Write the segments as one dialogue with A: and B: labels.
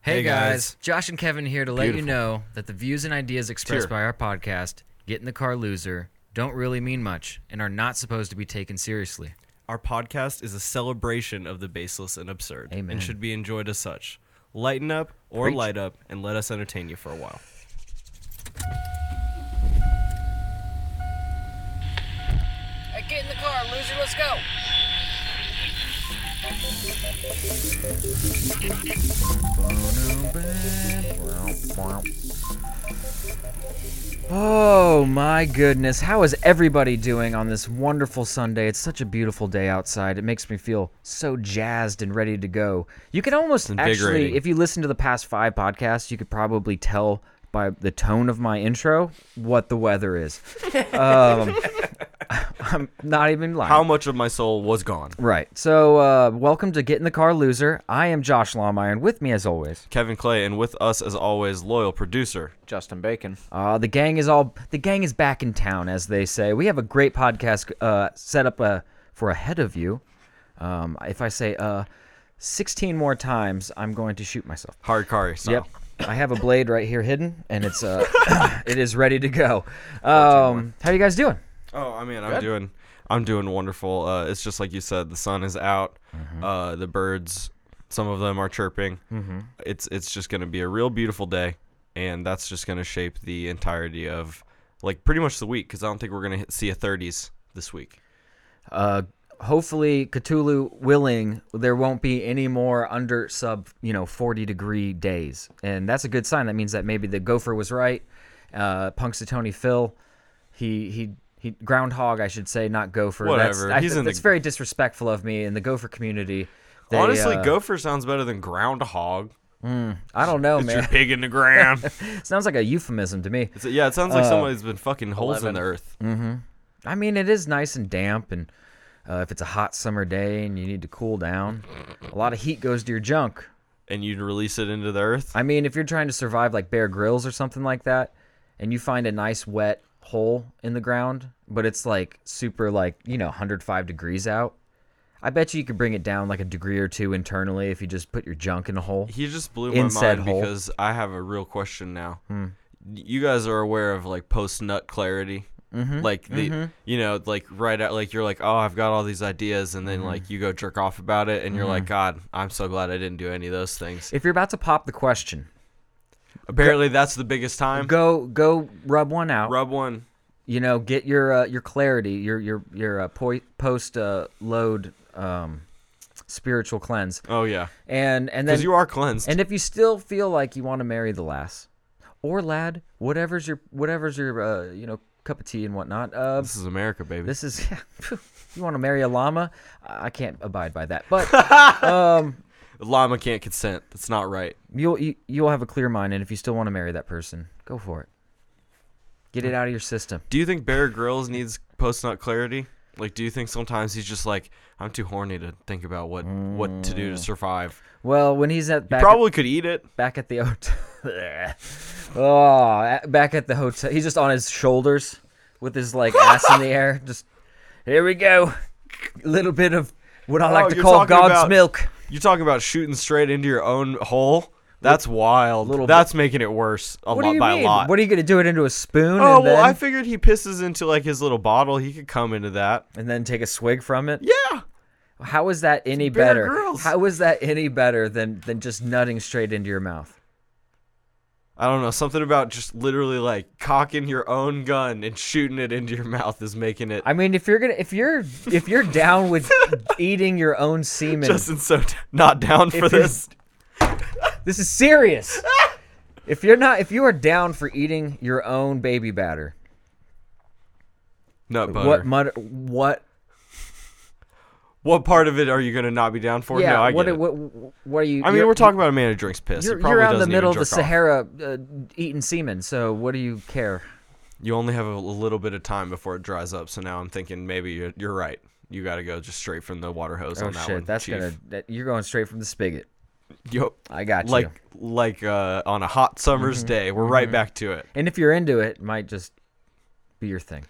A: Hey,
B: Hey,
A: guys.
B: guys.
A: Josh and Kevin here to let you
B: Beautiful.
A: know that the views and ideas expressed
B: Sure.
A: by our podcast, Get in the Car Loser, don't really mean much and are not supposed to be taken seriously.
B: Our podcast is a celebration of the baseless and absurd
A: Amen.
B: and should be enjoyed as such. Lighten up or
A: Preach.
B: light up and let us entertain you for a while.
C: Hey, get in the car, loser. Let's go.
A: Oh my goodness. How is everybody doing on this wonderful Sunday? It's such a beautiful day outside. It makes me feel so jazzed and ready to go. You can almost actually,
B: invigorating.
A: if you listen to the past five podcasts, you could probably tell by the tone of my intro what the weather is. Um, I'm not even lying.
B: How much of my soul was gone?
A: right. So, uh, welcome to Get in the Car Loser. I am Josh Lawmeyer, and with me as always
B: Kevin Clay, and with us, as always, loyal producer.
D: Justin Bacon.
A: Uh, the gang is all the gang is back in town, as they say. We have a great podcast uh, set up uh, for ahead of you. Um, if I say uh, 16 more times, I'm going to shoot myself.
B: Hard Kari. style.
A: Yep, I have a blade right here hidden, and it's uh, it is ready to go. Um, how you guys doing?
B: Oh, I mean, I'm doing, I'm doing wonderful. Uh, it's just like you said, the sun is out,
A: Mm-hmm.
B: uh, the birds, some of them are chirping. Mm-hmm. It's it's just gonna be a real beautiful day, and that's just gonna shape the entirety of, like, pretty much the week. Because I don't think we're gonna hit, see a 30s this week.
A: Uh, hopefully, Cthulhu willing, there won't be any more under sub you know 40 degree days, and that's a good sign. That means that maybe the gopher was right. Uh, Punxsutawney Phil, he he. He, groundhog, I should say, not gopher.
B: Whatever,
A: That's, I,
B: he's in the-
A: that's very disrespectful of me in the gopher community. They,
B: Honestly,
A: uh,
B: gopher sounds better than groundhog.
A: I don't know,
B: You're
A: man.
B: big in the ground.
A: Sounds like a euphemism to me.
B: It's- yeah, it sounds
A: Uh,
B: like somebody's been fucking holes in the
D: 11.
B: earth.
A: I mean, it is nice and damp, and uh, if it's a hot summer day and you need to cool down, a lot of heat goes to your junk.
B: And you'd release it into the earth.
A: I mean, if you're trying to survive like Bear grills or something like that, and you find a nice wet hole in the ground, but it's like super like you know 105 degrees out. I bet you you could bring it down like a degree or two internally if you just put your junk in a hole.
B: He just blew
A: In
B: my
A: said
B: mind
A: hole. Hmm.
B: because I have a real question now. You guys are aware of like post nut clarity.
A: Mm-hmm.
B: Like the, you know, like right out, like you're like, oh, I've got all these ideas, and then
A: Mm-hmm.
B: like you go jerk off about it, and you're like, God, I'm so glad I didn't do any of those things.
A: If you're about to pop the question,
B: Apparently, that's the biggest time.
A: go go rub one out.
B: Rub one.
A: You know, get your uh, your clarity, your your your uh, poi- post uh, load um, spiritual cleanse,
B: Oh yeah,
A: and and then
B: because you are cleansed.
A: And if you still feel like you want to marry the lass or lad, whatever's your whatever's your uh, you know cup of tea and whatnot. Uh,
B: this is America, baby.
A: this is you want to marry a llama. I I can't abide by that, but
B: Llama can't consent. That's not right.
A: you'll you, you'll have a clear mind, and if you still want to marry that person, go for it. Get it out of your system.
B: Do you think Bear Grylls needs post nut clarity? Like, do you think sometimes he's just like, I'm too horny to think about what what to do
A: Mm.
B: to survive?
A: Well, when he's at back at-
B: Probably could eat it.
A: back at the hotel. oh, at- back at the hotel. He's just on his shoulders with his like ass in the air. Just here we go. A little bit of what I like
B: Oh,
A: to
B: you're
A: call
B: talking
A: God's
B: about-
A: milk.
B: You're talking about shooting straight into your own hole. That's wild.
A: little bit-
B: That's making it worse a
A: What
B: lot
A: do you
B: by
A: mean?
B: a lot.
A: What are you gonna do it into a spoon
B: oh
A: and,
B: well,
A: then,
B: I figured he pisses into like his little bottle. He could come into that.
A: and then take a swig from it?
B: Yeah.
A: How is that any
B: Bear
A: better?
B: Grylls.
A: How is that any better than than just nutting straight into your mouth?
B: I don't know. Something about just literally like cocking your own gun and shooting it into your mouth is making it.
A: I mean, if you're gonna if you're if you're down with eating your own semen,
B: Justin's so d- not down for
A: If you're-
B: this.
A: This is serious. if you're not, if you are down for eating your own baby batter,
B: Nut butter.
A: what mud, what,
B: What part of it are you going to not be down for?
A: yeah,
B: no, I
A: what,
B: get it.
A: what, what are you?
B: I mean,
A: you're-
B: we're talking about a man who drinks piss. He
A: You're,
B: probably
A: you're out in the
B: doesn't
A: middle of
B: even
A: the
B: jerk off.
A: Sahara uh, eating semen, so what do you care?
B: You only have a little bit of time before it dries up. So now I'm thinking maybe you're, you're right. You got to go just straight from the water hose
A: Oh
B: on that
A: shit,
B: one.
A: that's
B: Chief.
A: gonna that, you're going straight from the spigot.
B: Yup.
A: I got you. Mm-hmm.
B: like like uh, on a hot summer's day. We're right back to it.
A: And if you're into it, it might just be your thing.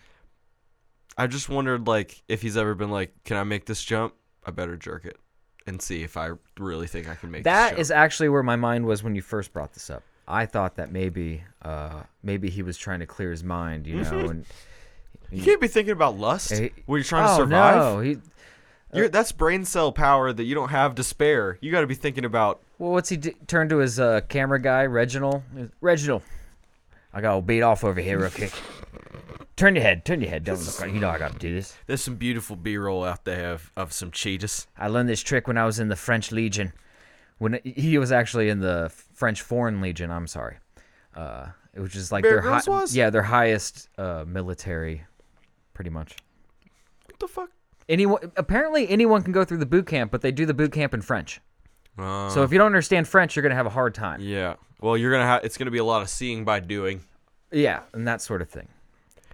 B: I just wondered like if he's ever been like, can I make this jump? I better jerk it. and see if I really think I can make
A: That
B: this
A: is
B: show.
A: actually where my mind was when you first brought this up. I thought that maybe, uh, maybe he was trying to clear his mind, you know, and
B: You can't be thinking about lust
A: Hey-
B: when you're Mm-hmm. trying to
A: Oh,
B: survive.
A: No, he,
B: You're, that's brain cell power that you don't have to spare. You got to be thinking about.
A: well, what's he do? Turned to his uh, camera guy, Reginald. Reginald, I got to beat off over here real quick. Turn your head, turn your head. Don't look. You know I got to do this.
B: There's some beautiful B-roll out there of, of some cheetahs.
A: I learned this trick when I was in the French Legion. When he was actually in the French Foreign Legion, I'm sorry, uh, which is like
B: Bear
A: their
B: Grylls was?
A: yeah their highest uh, military, pretty much.
B: What the fuck?
A: Anyone apparently anyone can go through the boot camp, but they do the boot camp in French.
B: Uh,
A: So if you don't understand French, you're gonna have a hard time. Yeah,
B: yeah. Well, you're gonna have. It's gonna be a lot of seeing by doing.
A: and that sort of thing.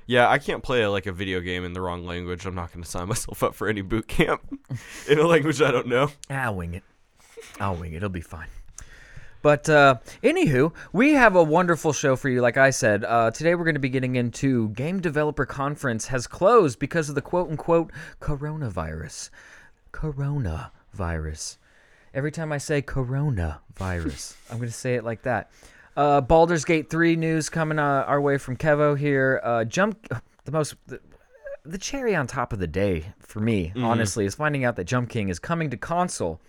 B: Yeah, I can't play like a video game in the wrong language. I'm not gonna sign myself up for any boot camp in a language I don't know.
A: I'll wing it. I'll wing it. It'll be fine. But uh, anywho, we have a wonderful show for you. Like I said, uh, today we're going to be getting into Game Developer Conference has closed because of the quote unquote coronavirus. Coronavirus. Every time I say coronavirus, I'm going to say it like that. Uh, Baldur's Gate 3 news coming uh, our way from Kevo here. Uh, Jump, the most, the, the cherry on top of the day for me, honestly, is finding out that Jump King is coming to console.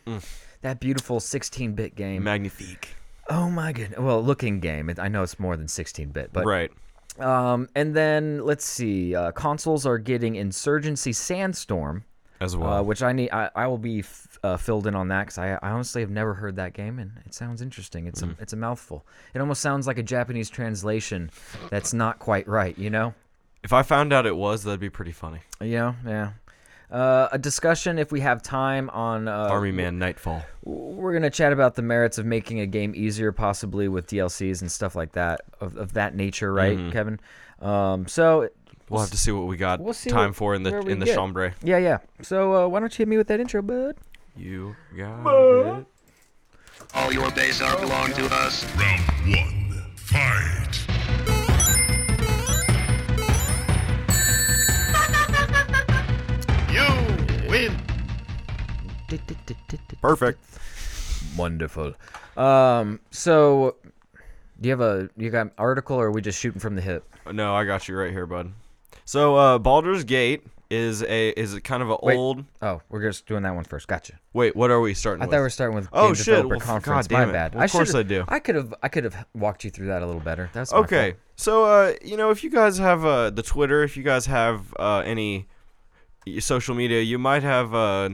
A: That beautiful 16 bit game.
B: Magnifique.
A: Oh my goodness. Well, looking game. it- I know it's more than 16 bit, but
B: Right.
A: um, and then let's see. Uh, consoles are getting Insurgency Sandstorm,
B: As
A: uh,
B: well.
A: which I need. I, I will be f- uh, filled in on that because I, I honestly have never heard that game, and it sounds interesting. It's a it's a mouthful. It almost sounds like a Japanese translation that's not quite right. You know.
B: if I found out it was, that'd be pretty funny.
A: Yeah. Yeah. Uh, a discussion if we have time on uh,
B: Army Man Nightfall.
A: We're gonna chat about the merits of making a game easier, possibly with DLCs and stuff like that, of, of that nature, right,
B: Mm-hmm.
A: Kevin? Um, so,
B: We'll have to see what we got
A: We'll see
B: time
A: what-
B: for in the
A: where we
B: in the
A: get.
B: chambre.
A: yeah, yeah. So, uh, why don't you hit me with that intro, bud?
B: You got it.
D: All your days are belong to us.
E: Round one, fight!
D: You win.
B: Perfect.
A: Wonderful. Um, so, do you have a you got an article, or are we just shooting from the hip?
B: Uh, No, I got you right here, bud. So uh Baldur's Gate is a is a kind of an
A: Wait.
B: old
A: Oh, we're just doing that one first. Gotcha.
B: Wait, what are we starting
A: I
B: with?
A: thought we were starting with
B: Oh,
A: game
B: shit.
A: developer
B: Well, f-
A: conference.
B: God damn
A: My
B: it.
A: bad.
B: Well, of
A: I
B: course
A: should've-
B: I do.
A: I could have I could have walked you through that a little better. That's my fault.
B: Okay. So uh you know, if you guys have uh the Twitter, if you guys have uh any y- social media, you might have uh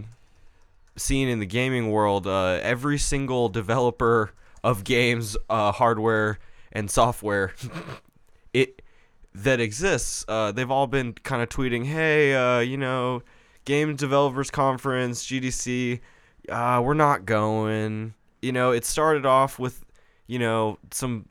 B: seen in the gaming world uh every single developer of games uh hardware and software it that exists. Uh, they've all been kind of tweeting, "Hey, uh, you know, Game Developers Conference, GDC, uh, we're not going." You know, it started off with, you know, some.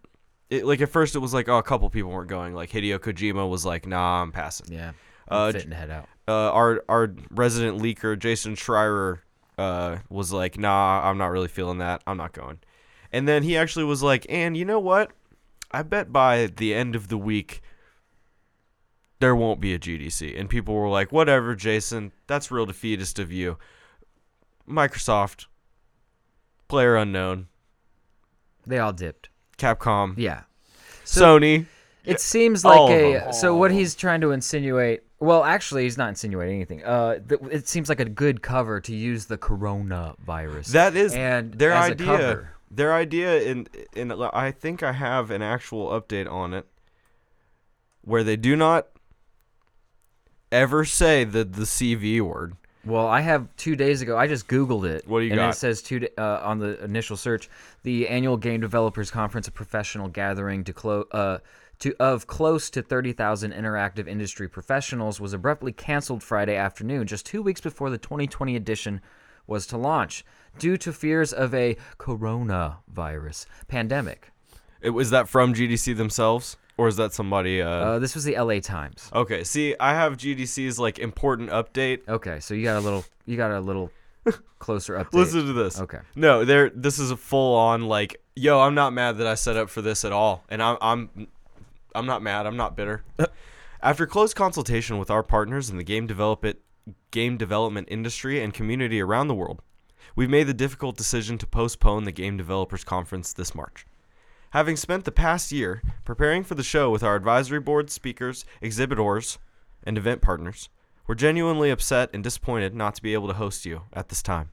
B: It, like at first, it was like, oh, a couple people weren't going. Like Hideo Kojima was like, "Nah, I'm passing."
A: Yeah.
B: Uh,
A: I'm
B: j-
A: fitting to head out.
B: uh, our our resident leaker Jason Schreier uh, was like, "Nah, I'm not really feeling that. I'm not going." And then he actually was like, "And you know what? I bet by the end of the week there won't be a GDC." And people were like, "Whatever, Jason. That's real defeatist of you." Microsoft, Player Unknown,
A: They all dipped.
B: Capcom,
A: Yeah.
B: Sony.
A: It seems like
B: all of
A: a
B: them.
A: so what he's trying to insinuate. Well, actually, he's not insinuating anything. Uh, th- it seems like a good cover to use the coronavirus.
B: That is
A: and
B: their
A: as
B: idea.
A: A cover.
B: Their idea, and and I think I have an actual update on it, where they do not ever say the the CV word.
A: Well, I have two days ago. I just Googled it.
B: What do you
A: and
B: got?
A: it says two da- uh, on the initial search, the annual Game Developers Conference, a professional gathering to clo- uh, to of close to thirty thousand interactive industry professionals, was abruptly canceled Friday afternoon, just two weeks before the 2020 edition was to launch, due to fears of a coronavirus pandemic.
B: It was that from GDC themselves, or is that somebody? Uh,
A: Uh, this was the L.A. Times.
B: okay, see, I have GDC's like important update.
A: Okay, so you got a little you got a little closer update.
B: Listen to this.
A: Okay.
B: No, there. This is a full on like, yo, I'm not mad that I set up for this at all, and I'm I'm I'm not mad. I'm not bitter. After close consultation with our partners in the game develop game development industry and community around the world, we've made the difficult decision to postpone the Game Developers Conference this March. Having spent the past year preparing for the show with our advisory board, speakers, exhibitors, and event partners, we're genuinely upset and disappointed not to be able to host you at this time.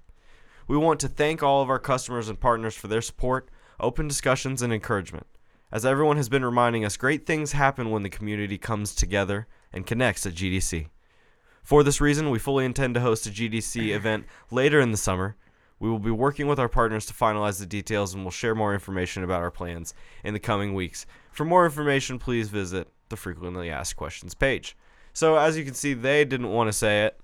B: We want to thank all of our customers and partners for their support, open discussions, and encouragement. As everyone has been reminding us, great things happen when the community comes together and connects at GDC. For this reason, we fully intend to host a GDC event later in the summer. We will be working with our partners to finalize the details and will share more information about our plans in the coming weeks. For more information, please visit the frequently asked questions page. So, as you can see, they didn't want to say it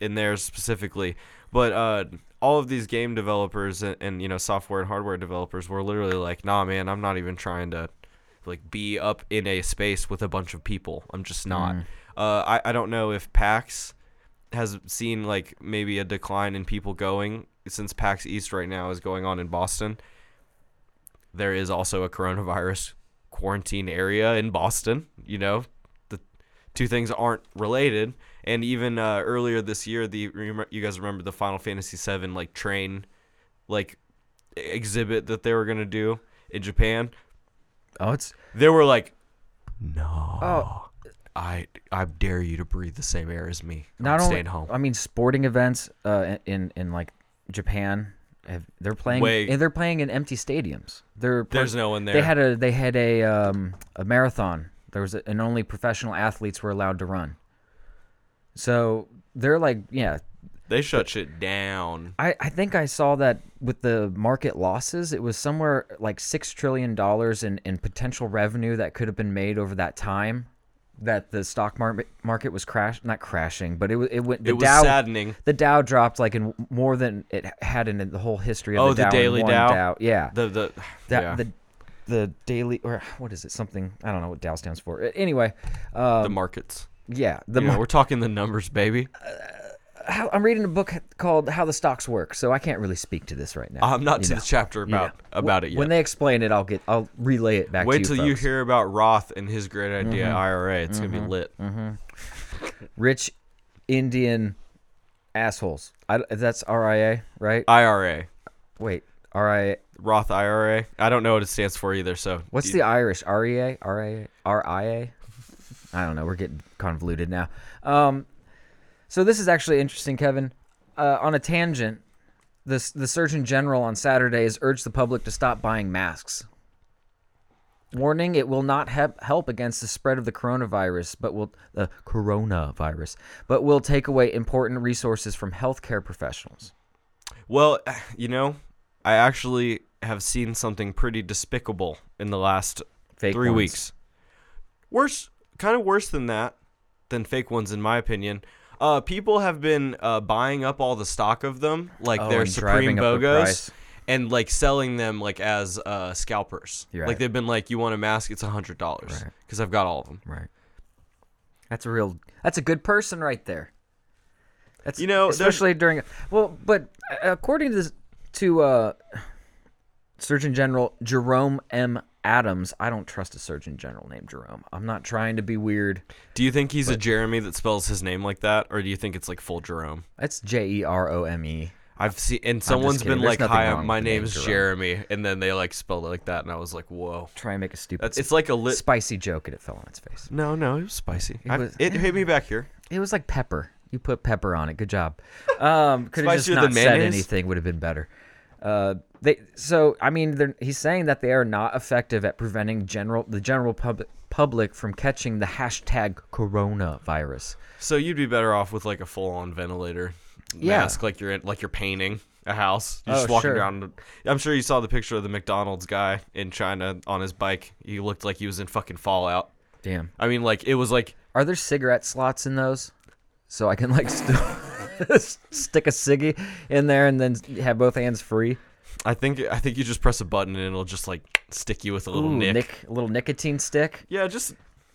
B: in theirs specifically, but uh, all of these game developers and, and you know software and hardware developers were literally like, "Nah, man, I'm not even trying to like be up in a space with a bunch of people. I'm just not." Uh, I I don't know if PAX has seen like maybe a decline in people going since PAX East right now is going on in Boston. There is also a coronavirus quarantine area in Boston. You know, the two things aren't related. And even uh, earlier this year, the remem- you guys remember the Final Fantasy VII like train, like e-, exhibit that they were gonna do in Japan.
A: Oh, it's
B: They were like,
A: oh,
B: I I dare you to breathe the same air as me. I'm
A: not only
B: staying home.
A: I mean, sporting events uh, in in like Japan, have, they're playing.
B: Way-
A: and they're playing in empty stadiums. They're pla-
B: There's no one there.
A: They had a they had a um, a marathon. There was a, and only professional athletes were allowed to run. So they're like, yeah.
B: they shut shit down.
A: I, I think I saw that with the market losses, it was somewhere like six trillion dollars in, in potential revenue that could have been made over that time that the stock market market was crash not crashing, but it wa- it went the
B: It was
A: Dow
B: saddening.
A: the Dow dropped like in more than it had in the whole history of
B: Oh,
A: the
B: the
A: Dow. in
B: Daily
A: one
B: Dow?
A: yeah.
B: The the
A: Da-
B: yeah.
A: the the daily or what is it something I don't know what Dow stands for. Uh, Anyway, uh,
B: the markets.
A: yeah, the
B: You know,
A: mar-
B: we're talking the numbers, baby.
A: how, I'm reading a book called How the Stocks Work, so I can't really speak to this right now.
B: I'm not
A: you
B: to
A: know,
B: the chapter
A: you know.
B: about about it yet.
A: When they explain it, I'll get I'll relay it back.
B: Wait
A: to
B: till
A: you
B: you
A: folks. Mm-hmm.
B: hear about Roth and his great idea IRA. It's gonna be lit.
A: rich Indian assholes. I, that's RIA, right?
B: Uh, IRA,
A: Wait, RIA.
B: Roth IRA. I don't know what it stands for either. So
A: What's
B: you-
A: the Irish? E REA? RIA? RIA? I don't know. We're getting convoluted now. Um, so this is actually interesting, Kevin. Uh, on a tangent, the, s- the Surgeon General on Saturday has urged the public to stop buying masks. Warning, it will not hep- help against the spread of the coronavirus, but will the coronavirus, but will take away important resources from healthcare professionals.
B: Well, you know, I actually have seen something pretty despicable in the last
A: Fake
B: three
A: ones.
B: weeks. Worse, kind of worse than that, than fake ones, in my opinion. Uh, people have been uh, buying up all the stock of them, like
A: Oh,
B: their
A: and
B: supreme
A: driving up the
B: bogos,
A: price.
B: and like selling them like as uh, scalpers.
A: You're
B: Like
A: right.
B: they've been like, "You want a mask? It's a hundred dollars
A: Right.
B: because I've got all of them."
A: Right. That's a real. That's a good person right there. That's
B: You know, there's-
A: especially during. Well, but according to this, to uh, Surgeon General Jerome M. Adams, I don't trust a Surgeon General named Jerome. I'm not trying to be weird.
B: Do you think he's a Jeremy that spells his name like that, or do you think it's like full Jerome?
A: That's J E R O M E.
B: I've seen, and someone's
A: kidding.
B: been
A: There's
B: like,
A: nothing
B: "Hi,
A: wrong
B: my
A: with the name
B: name's
A: Jerome.
B: Jeremy," and then they like spelled it like that, and I was like, "Whoa."
A: Try and make a stupid.
B: That's it's like a lit.
A: spicy joke, and it fell on its face.
B: no, no, it was spicy. I- It,
A: was-
B: hit me back here.
A: It was like pepper. You put pepper on it. Good job. Um, could have just
B: Spicier
A: not
B: than
A: said
B: mayonnaise?
A: anything. Would have been better. Uh, they so I mean they're, he's saying that they are not effective at preventing general the general public public from catching the hashtag coronavirus.
B: So you'd be better off with like a full-on ventilator
A: Yeah.
B: mask, like you're in, like you're painting a house. You're just
A: Oh,
B: walking
A: sure.
B: around. I'm sure you saw the picture of the McDonald's guy in China on his bike. He looked like he was in fucking Fallout.
A: Damn.
B: I mean, like it was like
A: Are there cigarette slots in those? So I can like st- stick a ciggy in there and then have both hands free.
B: I think I think you just press a button and it'll just like stick you with a little
A: Ooh,
B: nick.
A: nic- little nicotine stick.
B: Yeah, just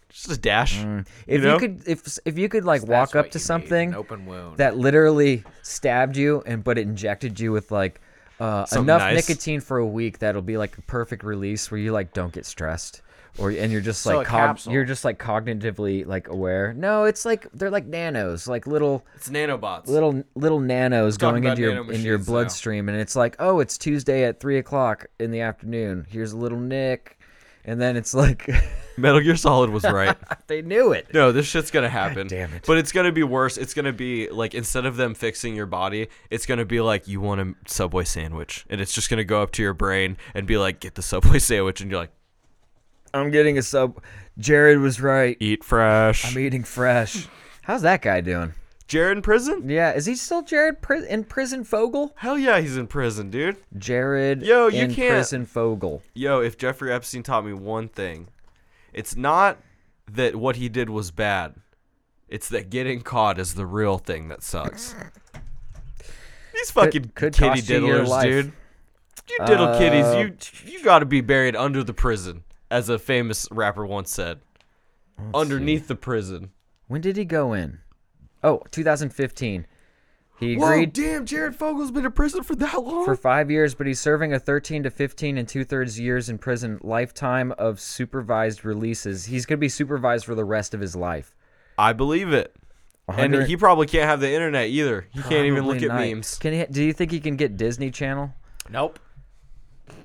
B: just a dash.
A: If you,
B: know?
A: could, if if you could like
C: That's
A: walk
C: what
A: up
C: you
A: to
C: need,
A: something
C: An open wound.
A: that literally stabbed you and but it injected you with like uh,
B: Something
A: enough
B: nice.
A: nicotine for a week that'll be like a perfect release where you like don't get stressed or and you're just
F: So
A: like
F: a
A: cog-
F: capsule.
A: you're just like cognitively like aware. No, it's like they're like nanos, like little
B: It's nanobots.
A: little little nanos
B: talking
A: going
B: about
A: into your
B: nano
A: in your
B: machines now.
A: bloodstream, and it's like, oh, it's Tuesday at three o'clock in the afternoon. Here's a little Nick, and then it's like
B: Metal Gear Solid was right.
A: they knew it.
B: No, this shit's gonna happen.
A: damn it.
B: But it's gonna be worse. It's gonna be like instead of them fixing your body, it's gonna be like you want a Subway sandwich, and it's just gonna go up to your brain and be like, get the Subway sandwich, and you're like,
A: I'm getting a sub. Jared was right.
B: eat fresh.
A: I'm eating fresh. How's that guy doing?
B: Jared in prison?
A: Yeah, is he still Jared pri- in prison? Fogel?
B: Hell yeah, he's in prison, dude.
A: Jared
B: Yo, you
A: in
B: can't-
A: prison Fogel.
B: Yo, if Jeffrey Epstein taught me one thing, it's not that what he did was bad. It's that getting caught is the real thing that sucks. These fucking
A: could
B: kitty
A: cost you your
B: diddlers,
A: life.
B: dude. You diddle
A: Uh,
B: kitties, you you got to be buried under the prison, as a famous rapper once said. Underneath the prison.
A: When did he go in? Oh, 2015. He
B: Whoa,
A: agreed
B: damn! Jared Fogel's been in prison for that long.
A: for five years, but he's serving a 13 to 15 and two thirds years in prison, lifetime of supervised releases. He's going to be supervised for the rest of his life.
B: I believe it. And
A: 100
B: he probably can't have the internet either. He can't even look
A: Probably
B: at
A: not.
B: memes.
A: Can he, do you think he can get Disney Channel?
F: Nope.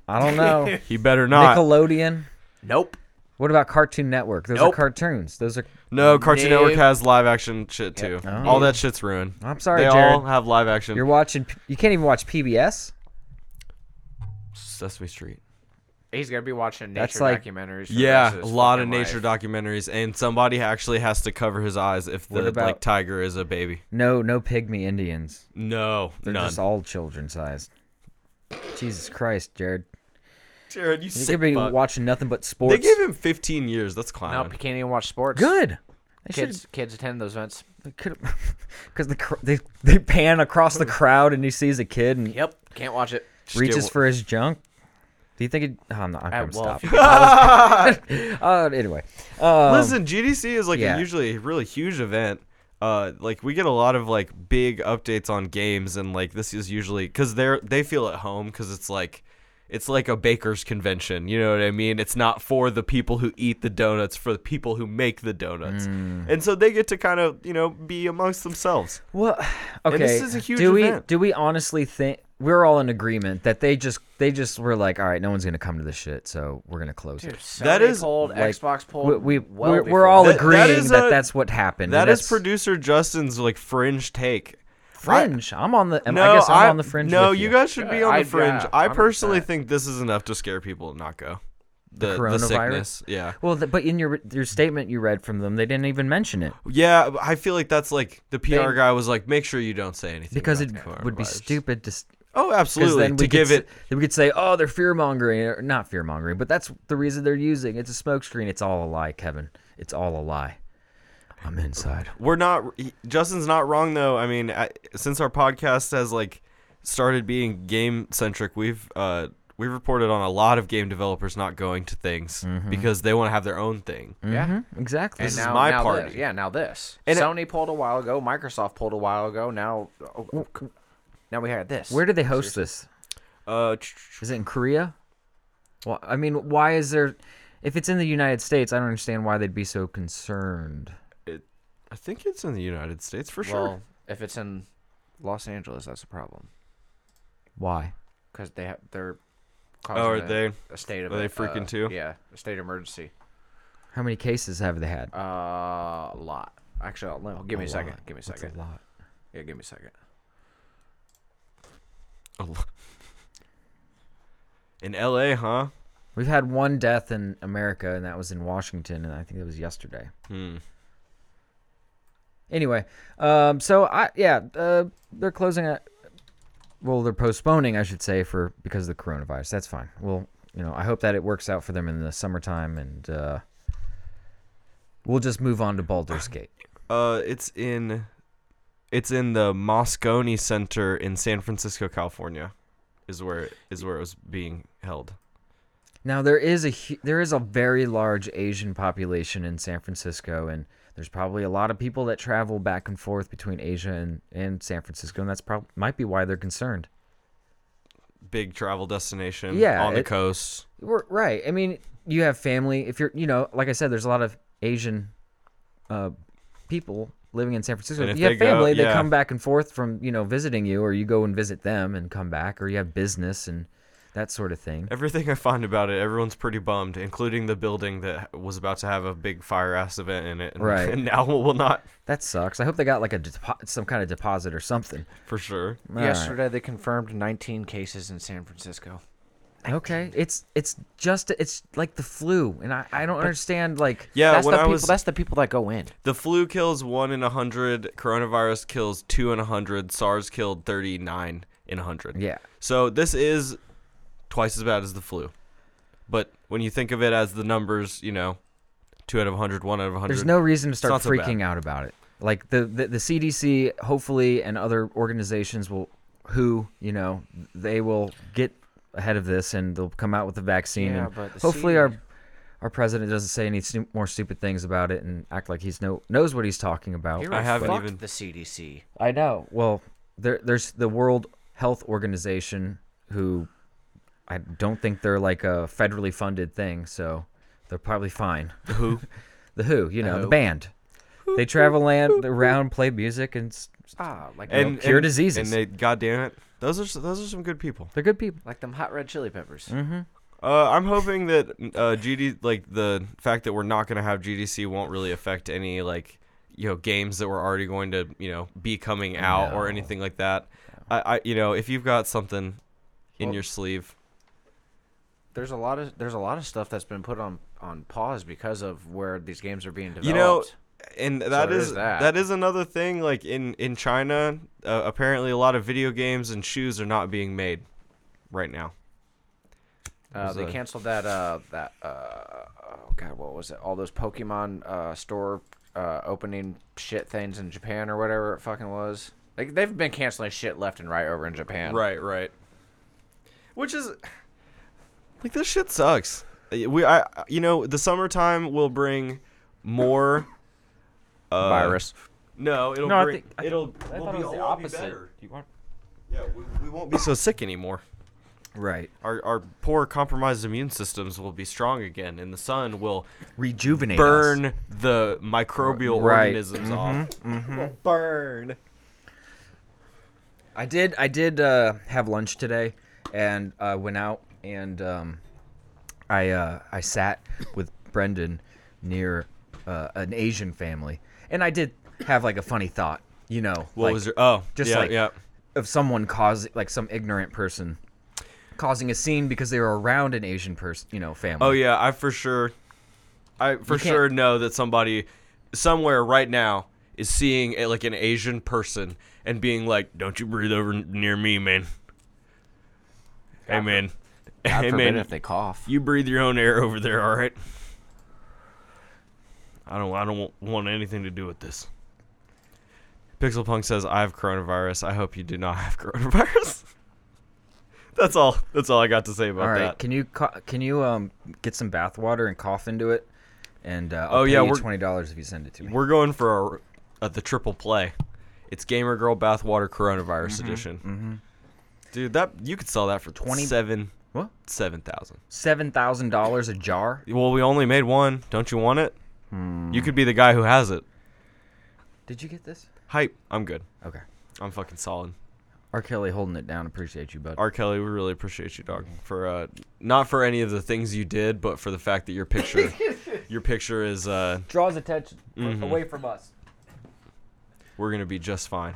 A: I don't know.
B: He better not.
A: Nickelodeon.
F: Nope.
A: What about Cartoon Network? Those
F: Nope.
A: are cartoons. Those are.
B: No, Cartoon
F: Nope.
B: Network has live action shit too. All that shit's ruined.
A: Oh. I'm sorry,
B: They all
A: Jared.
B: have live action.
A: You're watching. P- You can't even watch PBS.
B: Sesame Street.
F: He's gonna be watching nature
A: That's like-
F: documentaries. for the rest
B: Yeah,
F: of
B: a
F: his
B: lot of
F: fucking
B: nature
F: life.
B: documentaries, and somebody actually has to cover his eyes if the
A: What about-
B: like tiger is a baby.
A: No, no pygmy Indians.
B: No,
A: They're
B: none.
A: just all children sized. Jesus Christ, Jared.
B: Jared, you
A: You
B: sick
A: could be
B: fuck.
A: watching nothing but sports.
B: They gave him 15 years. That's clown.
F: Nope. You can't even watch sports.
A: Good. They should
F: Kids, kids attend those events.
A: because the cr- they they pan across the crowd and he sees a kid and
F: Yep. Can't watch it.
A: reaches
B: get-
A: for his junk. Do you think it? Oh, I'm not. I'm
F: Uh,
A: gonna
F: well,
A: stop.
F: if you could always-
A: Uh, anyway, um,
B: Listen, GDC is like
A: yeah.
B: a usually really huge event. Uh, like we get a lot of like big updates on games, and like this is usually because they're they feel at home because it's like it's like a baker's convention. You know what I mean? It's not for the people who eat the donuts, for the people who make the donuts,
A: Mm.
B: and so they get to kind of you know be amongst themselves.
A: Well, okay.
B: this is a huge
A: do we
B: event.
A: do we honestly think we're all in agreement that they just they just were like, all right, no one's gonna come to this shit, so we're gonna close it.
F: Sony
B: That is,
F: pulled,
A: like,
F: Xbox pulled.
A: We, we
F: well
A: we're,
F: before
A: we're all
B: That- that
A: agreeing that,
B: is a-
A: that's what happened.
B: That
A: and
B: is
A: that's
B: producer Justin's like fringe take.
A: fringe. I'm on the. I guess I'm
B: I-
A: on the fringe.
B: No,
A: with
B: you
A: you
B: guys should be on
F: I-
B: the fringe.
F: yeah,
B: Uh, I
F: 100%.
B: personally think this is enough to scare people to not go. The, the
A: coronavirus?
B: sickness. Yeah.
A: Well, th- but in your your statement you read from them, they didn't even mention it
B: Yeah, but I feel like that's like the PR guy was like, make sure you don't say anything
A: because it
B: about the
A: would be
B: coronavirus."
A: stupid to. s-
B: Oh,
A: 'Cause
B: absolutely.
A: then we
B: To give
A: could,
B: it,
A: s- then we could say, oh, they're fear mongering, or not fear mongering, but that's the reason they're using. It's a smokescreen. It's all a lie, Kevin. It's all a lie. I'm inside.
B: we're not. he- Justin's not wrong though. I mean, I, since our podcast has like started being game centric, we've uh we've reported on a lot of game developers not going to things
A: Mm-hmm.
B: because they want to have their own thing.
A: Mm.
F: Yeah.
A: Exactly.
F: And
B: Mm-hmm. is
F: now,
B: my
F: now
B: party.
F: This. Yeah, now this.
B: And it-
F: Sony pulled a while ago. Microsoft pulled a while ago. Now, oh, oh, c- now we had this.
A: Where do they host this?
B: Uh, tch, tch,
A: Is it in Korea? Well, I mean, why is there? If it's in the United States, I don't understand why they'd be so concerned.
B: I think it's in the United States for sure.
F: Well, if it's in Los Angeles, that's a problem
A: Why?
F: because they have they're.
B: Oh, are
F: causing a-
B: they-
F: A state of
B: are they
F: uh,
B: freaking too?
F: Yeah, a state of emergency.
A: How many cases have they had?
F: Uh, a lot. Actually, I'll, no, give me a, second.
A: lot.
F: Give me a
A: That's
F: second.
A: a lot.
F: Yeah, give me a second.
B: A lo- in L.A., huh?
A: We've had one death in America, and that was in Washington, and I think it was yesterday.
B: Hmm.
A: Anyway, um, so I yeah, uh, they're closing it. Well, they're postponing, I should say, for because of the coronavirus. That's fine. Well, you know, I hope that it works out for them in the summertime, and uh, we'll just move on to Baldur's Gate.
B: Uh, it's in, it's in the Moscone Center in San Francisco, California, is where is where it was being held.
A: Now there is a hu- there is a very large Asian population in San Francisco, and there's probably a lot of people that travel back and forth between Asia and, and San Francisco, and that's probably might be why they're concerned.
B: big travel destination.
A: Yeah,
B: on the
A: it-
B: coast.
A: We're, right. I mean, you have family. If you're, you know, like I said, there's a lot of Asian uh, people living in San Francisco.
B: And
A: If
B: if
A: you have
B: they go-
A: family, they
B: yeah.
A: come back and forth from, you know, visiting you, or you go and visit them and come back, or you have business and that sort of thing.
B: Everything I find about it, everyone's pretty bummed, including the building that was about to have a big fire ass event in it. And,
A: Right.
B: And now will not,
A: That sucks. I hope they got like a depo- some kind of deposit or something.
B: for sure.
A: All right.
F: Yesterday, they confirmed 19 cases in San Francisco.
A: Okay, it's it's just it's like the flu, and I, I don't understand like
B: Yeah,
F: that's
B: when
F: the
B: I
F: people.
B: was
F: That's the people that go in.
B: the flu kills one in a hundred, coronavirus kills two in a hundred, SARS killed thirty nine in a hundred.
A: Yeah.
B: So this is twice as bad as the flu, but when you think of it as the numbers, you know, two out of a hundred, one out of a hundred.
A: there's no reason to start
B: not so bad.
A: freaking out about it. Like the, the the CDC, hopefully, and other organizations will, who you know, they will get ahead of this and they'll come out with a vaccine.
F: Yeah,
A: and
F: but the
A: hopefully,
F: C-
A: our our president doesn't say any stu- more stupid things about it and act like he's no knows what he's talking about.
F: You're
B: I haven't
F: fucked
B: even-
F: the CDC.
A: I know. Well, there, there's the World Health Organization, who I don't think they're like a federally funded thing, so they're probably fine. The Who, the Who, you know, the band. They travel land around, play music, and s-
F: Ah, like
B: and
F: them,
A: cure
B: and-
A: diseases.
B: And they, goddamn it, those are s- those are some good people.
A: they're good people.
F: like them hot red chili peppers.
A: Mm-hmm.
B: Uh, I'm hoping that uh, GD like the fact that we're not gonna have GDC won't really affect any like you know games that were already going to you know be coming out or anything like that. I, I you know if you've got something in your sleeve,
F: There's a lot of there's a lot of stuff that's been put on on pause because of where these games are being developed.
B: you know, and that
F: there
B: is
F: is that.
B: that is another thing. Like in in China, uh, apparently a lot of video games and shoes are not being made right now.
F: Uh,
B: was
F: they
B: a-
F: canceled that. Uh, that. Uh, oh god, what was it? All those Pokemon uh, store uh, opening shit things in Japan or whatever it fucking was. Like they've been canceling shit left and right over in Japan.
B: Right, right. Which is like this shit sucks. Uh, We I you know, the summertime will bring more uh,
F: Virus.
B: No, it'll
A: No, I
B: bring
A: think- I
B: it'll we'll be, all be better. Yeah, we, we won't be so sick anymore.
A: Right.
B: Our our poor compromised immune systems will be strong again and the sun will
A: Rejuvenate. us.
B: burn the microbial
A: Right. Mm-hmm.
B: organisms off. Burn.
A: I did. I did uh, have lunch today, and uh, went out and um, I uh, I sat with Brendan near uh, an Asian family, and I did have like a funny thought, you know,
B: What
A: like,
B: was your Oh,
A: just
B: yeah,
A: like-
B: yeah.
A: of someone causing like some ignorant person causing a scene because they were around an Asian person, you know, family.
B: Oh yeah, I for sure, I for
A: can't-
B: sure know that somebody somewhere right now is seeing a, like an Asian person and being like, "Don't you breathe over n- near me, man." Hey man,
F: God
B: hey
F: forbid
B: man,
F: if they cough.
B: you breathe your own air over there, all right? I don't, I don't want anything to do with this. Pixel Punk says, "I have coronavirus. I hope you do not have coronavirus." that's all. That's all I got to say about
A: All right.
B: that.
A: Can you co- can you um get some bath water and cough into it? And uh, I'll
B: Oh,
A: pay
B: yeah,
A: you
B: we're-
A: twenty dollars if you send it to me.
B: We're going for our, uh, the triple play. It's Gamer Girl Bathwater Coronavirus Edition. Mm-hmm. Dude, that you could sell that for twenty seven
A: What?
B: seven thousand.
A: Seven thousand dollars a jar?
B: Well, we only made one. Don't you want it? You could be the guy who has it.
A: Did you get this?
B: Hype. I'm good.
A: Okay.
B: I'm fucking solid.
A: R. Kelly holding it down. Appreciate you, bud.
B: R. Kelly, we really appreciate you, dog, for uh, not for any of the things you did, but for the fact that your picture, your picture is uh,
A: Draws attention
B: Mm-hmm.
A: away from us.
B: we're gonna be just fine.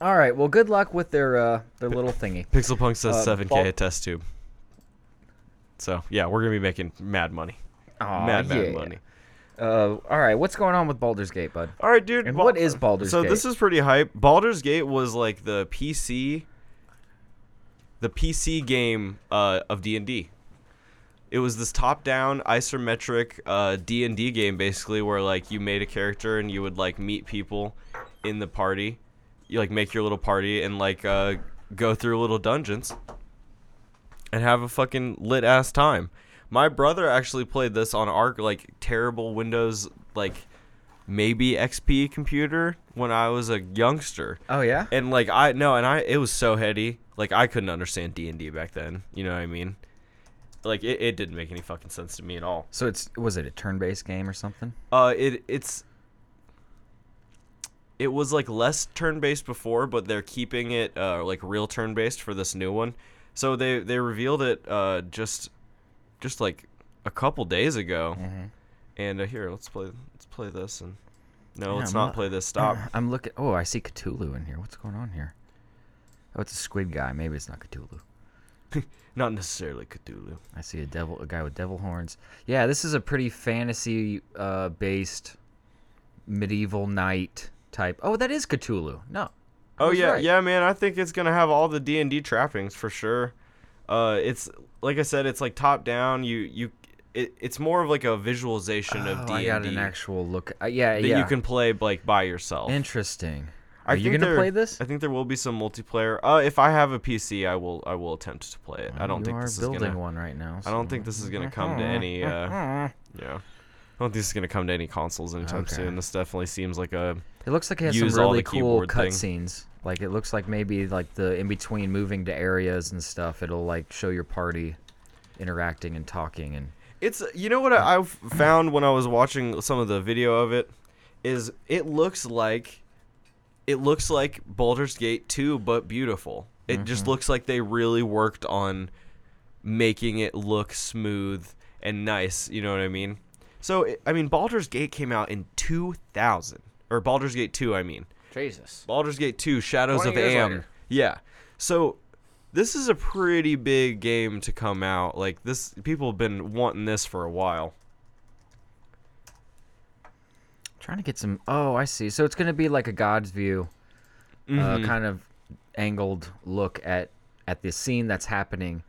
A: All right. Well, good luck with their uh, their little thingy.
B: Pixel
A: Uh,
B: Punk says seven
A: Bal-
B: k a test tube. So yeah, we're gonna be making mad money.
A: Aw,
B: mad, mad
A: yeah.
B: money.
A: Uh, all right. What's going on with Baldur's Gate, bud?
B: All right, dude.
A: And
B: Bal-
A: what is Baldur's
B: so
A: Gate?
B: this is pretty hype. Baldur's Gate was like the PC, the PC game uh, of D and D. It was this top-down isometric uh, D and D game, basically, where like you made a character and you would like meet people in the party. You like make your little party and like uh, go through little dungeons and have a fucking lit ass time. My brother actually played this on our like terrible Windows like maybe XP computer when I was a youngster.
A: Oh yeah.
B: And like I no, and I it was so heady. Like I couldn't understand D and D back then. You know what I mean? Like it, it didn't make any fucking sense to me at all.
A: So it's was it a turn-based game or something?
B: Uh, it it's it was like less turn based before, but they're keeping it uh like real turn based for this new one. So they they revealed it uh just just like a couple days ago.
A: Mm-hmm.
B: And uh, here, let's play let's play this and no, let's
A: I'm
B: not
A: not-
B: play this. Stop.
A: I'm looking. Oh, I see Cthulhu in here. What's going on here? Oh, it's a squid guy. Maybe it's not Cthulhu.
B: Not necessarily Cthulhu.
A: I see a devil, a guy with devil horns. Yeah, this is a pretty fantasy uh, based medieval knight type. Oh, that is Cthulhu. No. I
B: Oh
A: was
B: yeah,
A: right.
B: yeah, man. I think it's gonna have all the D and D trappings for sure. Uh, it's like I said, it's like top down. You you, it, it's more of like a visualization
A: Oh,
B: of D
A: I got
B: and D
A: an
B: that
A: actual look. Uh, yeah, yeah.
B: you can play like by yourself.
A: Interesting.
B: I
A: Are you
B: think
A: gonna
B: there-
A: play this?
B: I think there will be some multiplayer. Uh, if I have a PC, I will I will attempt to play it. I don't
A: you
B: think
A: are
B: this is
A: building
B: gonna.
A: one right now.
B: I don't think this is gonna come to
A: "Mm,
B: any. Uh, yeah, I don't think this is gonna come to any consoles anytime
A: Okay.
B: soon. This definitely seems like a.
A: It looks like it has some
B: use all
A: really
B: the
A: cool
B: keyboard thing.
A: cutscenes. Like it looks like maybe like the in between moving to areas and stuff, it'll like show your party interacting and talking and
B: It's you know what I, I've found when I was watching some of the video of it is it looks like it looks like Baldur's Gate 2 but beautiful. It just looks like they really worked on making it look smooth and nice, you know what I mean? So it, I mean Baldur's Gate came out in 2000 or Baldur's Gate 2 I mean.
F: Jesus.
B: Baldur's Gate 2 Shadows
F: 20
B: of
F: years
B: Am.
F: later.
B: Yeah. So this is a pretty big game to come out. Like this people have been wanting this for a while.
A: trying to get some. Oh, I see. So it's gonna be like a God's view, uh, kind of angled look at at the scene that's happening,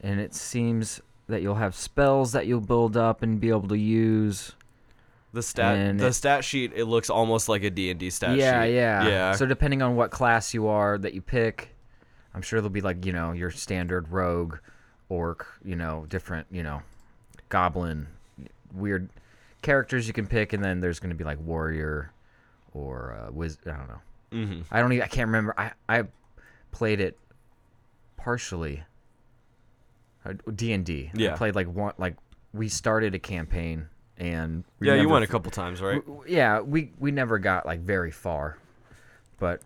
A: and it seems that you'll have spells that you'll build up and be able to use.
B: The stat
A: And
B: the
A: it-
B: stat sheet it looks almost like a D&D stat
A: yeah,
B: sheet.
A: yeah,
B: Yeah.
A: So depending on what class you are that you pick, I'm sure there'll be like you know your standard rogue, orc, you know different you know, goblin, weird characters you can pick, and then there's gonna be like warrior, or uh, wiz. I don't know. Mm-hmm. I don't even. I can't remember. I I played it partially. uh, D and D.
B: Yeah.
A: Played like one like we started a campaign and we
B: yeah, you
A: never
B: won a couple times, right?
A: yeah, we we never got like very far, but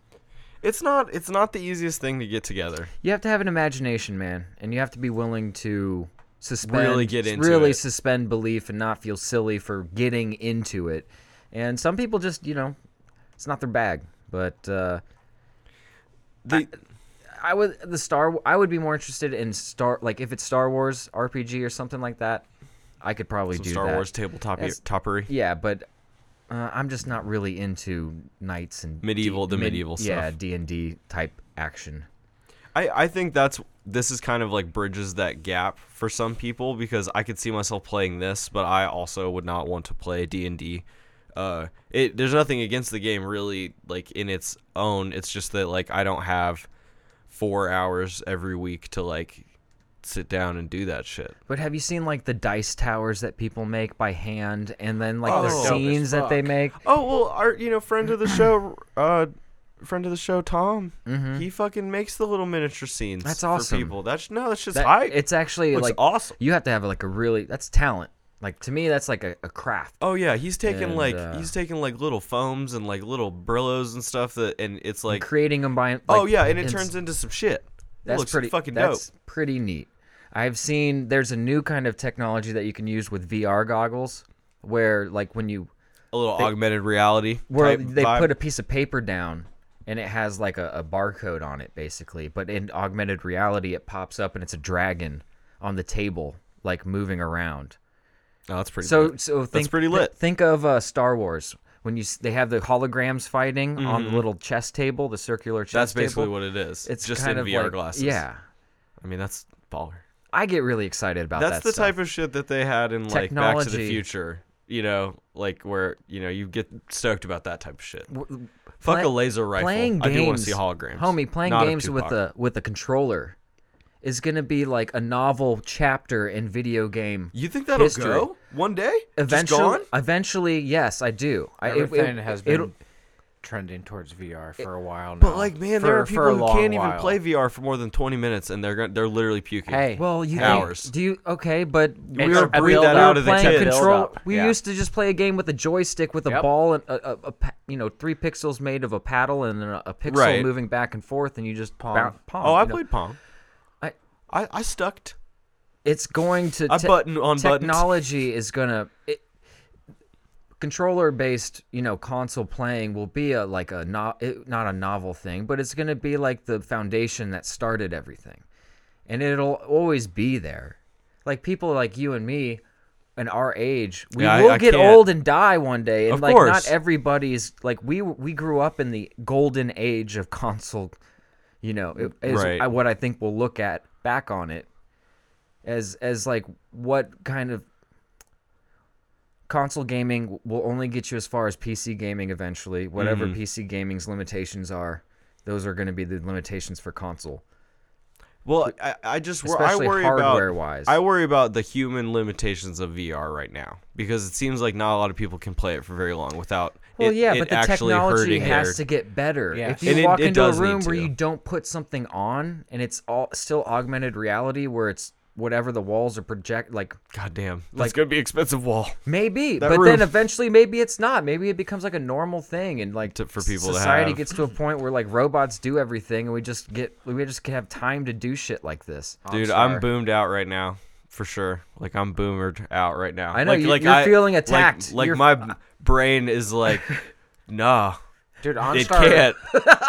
B: It's not it's not the easiest thing to get together.
A: you have to have an imagination, man, and you have to be willing to suspend
B: Really get into
A: really
B: it.
A: suspend belief and not feel silly for getting into it. And some people just, you know, it's not their bag. But uh,
B: The,
A: I would the Star I would be more interested in Star like if it's Star Wars RPG or something like that. I could probably do
B: Star
A: that.
B: Wars tabletop
A: That's-
B: toppery.
A: Yeah, but uh, I'm just not really into knights and
B: Medieval- the medieval
A: Yeah,
B: stuff.
A: D and D type action.
B: I, I think that's this is kind of like bridges that gap for some people because I could see myself playing this, but I also would not want to play D and D. Uh, it there's nothing against the game really, like in its own. It's just that like I don't have four hours every week to like sit down and do that shit.
A: But have you seen like the dice towers that people make by hand, and then like the
B: Oh. Dope as
A: scenes that they
F: fuck.
A: make?
B: Oh well, our you know friend of the show, uh, friend of the show Tom, he fucking makes the little miniature scenes.
A: Mm-hmm. That's awesome.
B: for people. That's no, that's just
A: That-
B: hype.
A: it's actually
B: Looks
A: like
B: awesome.
A: You have to have like a really that's talent. Like to me, that's like a, a craft.
B: Oh yeah, he's taking
A: And,
B: like
A: uh,
B: he's taking like little foams and like little Brillos and stuff that, and it's like,
A: Creating them by like,
B: oh yeah, and it
A: ins-
B: turns into some shit.
A: That's
B: it looks
A: pretty
B: fucking
A: that's
B: dope.
A: pretty neat. I've seen there's a new kind of technology that you can use with VR goggles, where like when you
B: A little augmented reality.
A: where
B: type
A: they
B: vibe.
A: put a piece of paper down and it has like a, a barcode on it basically but in augmented reality it pops up and it's a dragon on the table like moving around
B: Oh, that's pretty.
A: so
B: dope.
A: so think
B: pretty
A: thi-
B: lit.
A: think of uh, star wars when you s- they have the holograms fighting on the little chess table the circular chess
B: Mm-hmm. that's basically
A: table.
B: what it is.
A: it's
B: just
A: kind of
B: in VR
A: like-
B: glasses.
A: yeah
B: I mean that's baller.
A: i get really excited about
B: That's
A: that
B: the
A: stuff.
B: type of shit that they had in like Back to the
A: Technology.
B: Future. You know, like where you know you get stoked about that type of shit.
A: Play-
B: Fuck a laser rifle.
A: Playing
B: I
A: games,
B: do want to see holograms,
A: homie. Playing
B: Not of
A: games with a
B: Tupac.
A: with a controller is going to be like a novel chapter in video game.
B: You think that'll
A: History.
B: go one day? Just
A: Eventually,
B: gone?
A: eventually, yes, I do. I, it- it-
F: Everything has
A: it'll-
F: been trending towards VR for a while now.
B: But like, man, there
F: For-
B: are
F: for
B: people
F: a
B: who
F: long
B: can't even
F: while.
B: play VR for more than 20 minutes, and they're gon- they're literally puking.
F: Hey,
A: Well, you think-
B: Hours.
A: do you okay? But we
F: It's
A: were
F: a build
A: we
F: out
A: were
B: of the
A: playing
B: kid.
A: control.
F: Build up,
A: We
F: yeah.
A: used to just play a game with a joystick with a
F: Yep.
A: ball and a, a, a pa- you know three pixels made of a paddle and a, a pixel
B: Right.
A: moving back and forth, and you just pom. pom
B: Oh, I
A: you know.
B: played Pong.
A: I-
B: I I stucked.
A: It's going to
B: I button on buttons.
A: technology is gonna it, controller based you know console playing will be a like a not it, not a novel thing, but it's gonna be like the foundation that started everything, and it'll always be there. Like people like you and me. And our age, we
B: Yeah, I-
A: will
B: I
A: get
B: can't-
A: old and die one day, and
B: Of
A: like
B: course.
A: not everybody's like we we grew up in the golden age of console, you know, it- is
B: Mm, Right.
A: I- what I think we'll look at back on it as as like what kind of console gaming will only get you as far as PC gaming eventually.
B: Mm-hmm.
A: Whatever PC gaming's limitations are, those are going to be the limitations for console.
B: Well, I, I just wor- I
A: Especially
B: worry about
A: hardware-wise.
B: I worry about the human limitations of VR right now because it seems like not a lot of people can play it for very long without.
A: Well,
B: it,
A: yeah,
B: it
A: but the
B: actually
A: technology
B: hurting
A: has
B: their-
A: to get better. If
F: Yes.
A: you
B: And it-
A: walk
B: it
A: into a
B: does need
A: room where
B: to.
A: you don't put something on and it's all still augmented reality, where it's whatever the walls are project like
B: God damn, that's
A: like-
B: gonna be an expensive wall.
A: Maybe,
B: That
A: but
B: room-
A: then eventually, maybe it's not. Maybe it becomes like a normal thing, and like
B: To- for people to
A: society
B: have.
A: gets to a point where like robots do everything, and we just get we just can have time to do shit like this.
B: Dude, I'm boomed out right now for sure. Like I'm boomered out right now.
A: I know,
B: like,
A: you-
B: like
A: you're
B: I-
A: feeling
B: like-
A: attacked.
B: Like,
A: You're-
B: my b- brain is like, nah,
F: dude,
B: it
F: OnStar
B: can't.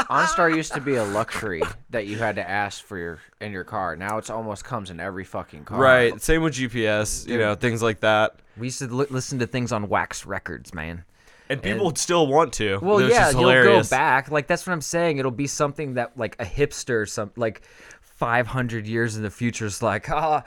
F: OnStar used to be a luxury that you had to ask for your in your car. Now it's almost comes in every fucking car.
B: right. Same with GPS. You know, things like that.
A: We used to li- listen to things on wax records, man.
B: And people still want to.
A: Well,
B: It's
A: yeah,
B: just
A: you'll go
B: hilarious.
A: back. Like that's what I'm saying. It'll be something that like a hipster, some like 500 years in the future is like ah,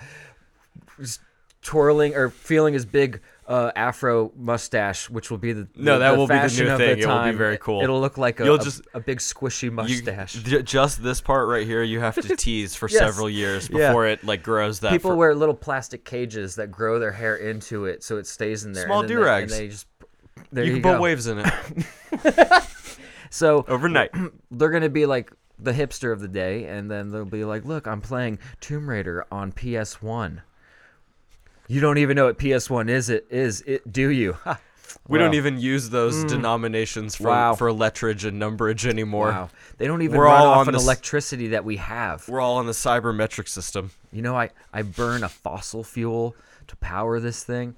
A: just twirling or feeling his big uh, afro mustache, which will be the
B: No,
A: the-
B: that will be the
A: fashion
B: new
A: of
B: thing. It will be
A: time.
B: very cool.
A: It'll look like a
B: You'll
A: a-
B: just-
A: a big squishy
B: You-
A: mustache.
B: j- just this part right here, you have to tease for
A: Yes.
B: several years
A: Yeah.
B: before it like grows that.
A: People
B: far.
A: wear little plastic cages that grow their hair into it, so it stays in there.
B: Small
A: and then they- and
B: do-rags.
A: They, just there you,
B: you can
A: go.
B: put waves in it
A: So
B: overnight.
A: they're gonna be like the hipster of the day, and then they'll be like, "Look, I'm playing Tomb Raider on PS1." You don't even know what PS1 is. It is it? Do you? Ha.
B: We
A: Wow. Mm.
B: don't even use those denominations for
A: Wow.
B: for letterage and numberage anymore.
A: Wow. They don't even
B: We're
A: run
B: all
A: off
B: on
A: an
B: this-
A: electricity that we have.
B: We're all on the cyber metric system.
A: You know, I I burn a fossil fuel to power this thing.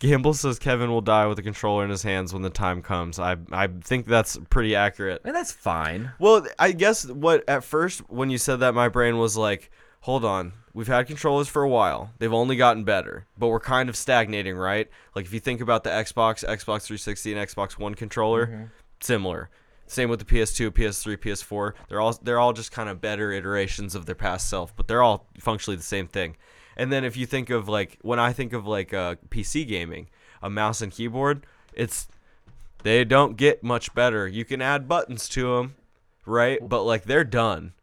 B: Gamble says Kevin will die with a controller in his hands when the time comes. I I think that's pretty accurate.
A: And that's fine.
B: Well, I guess what at first when you said that my brain was like, "Hold on. We've had controllers for a while. They've only gotten better, but we're kind of stagnating, right? Like if you think about the Xbox, Xbox 360 and Xbox One controller, similar. Same with the PS2, PS3, PS4. They're all they're all just kind of better iterations of their past self, but they're all functionally the same thing. And then if you think of like when I think of like uh, PC gaming, a mouse and keyboard, it's they don't get much better. You can add buttons to them, right? But like they're done.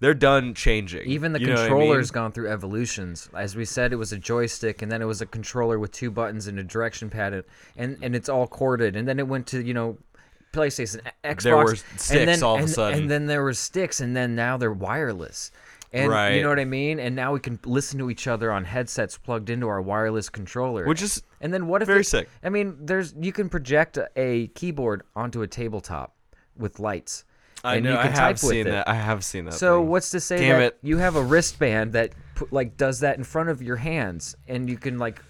B: They're done changing.
A: Even the
B: You know what I mean?
A: controller's gone through evolutions. As we said, it was a joystick, and then it was a controller with two buttons and a direction pad, and and, and it's all corded. And then it went to you know, PlayStation, a- Xbox.
B: There were sticks
A: and then,
B: all of a
A: and-
B: sudden.
A: and then there were sticks, and then now they're wireless. And you
B: Right.
A: know what I mean. And now we can listen to each other on headsets plugged into our wireless controller,
B: Which is
A: and then what if
B: very
A: it-
B: sick.
A: I mean, there's you can project a, a keyboard onto a tabletop with lights,
B: I
A: and
B: know.
A: you can
B: I
A: type
B: have
A: with
B: seen
A: it.
B: that. I have seen that.
A: So
B: thing.
A: what's to say
B: Damn
A: that
B: it.
A: you have a wristband that pu- like does that in front of your hands and you can like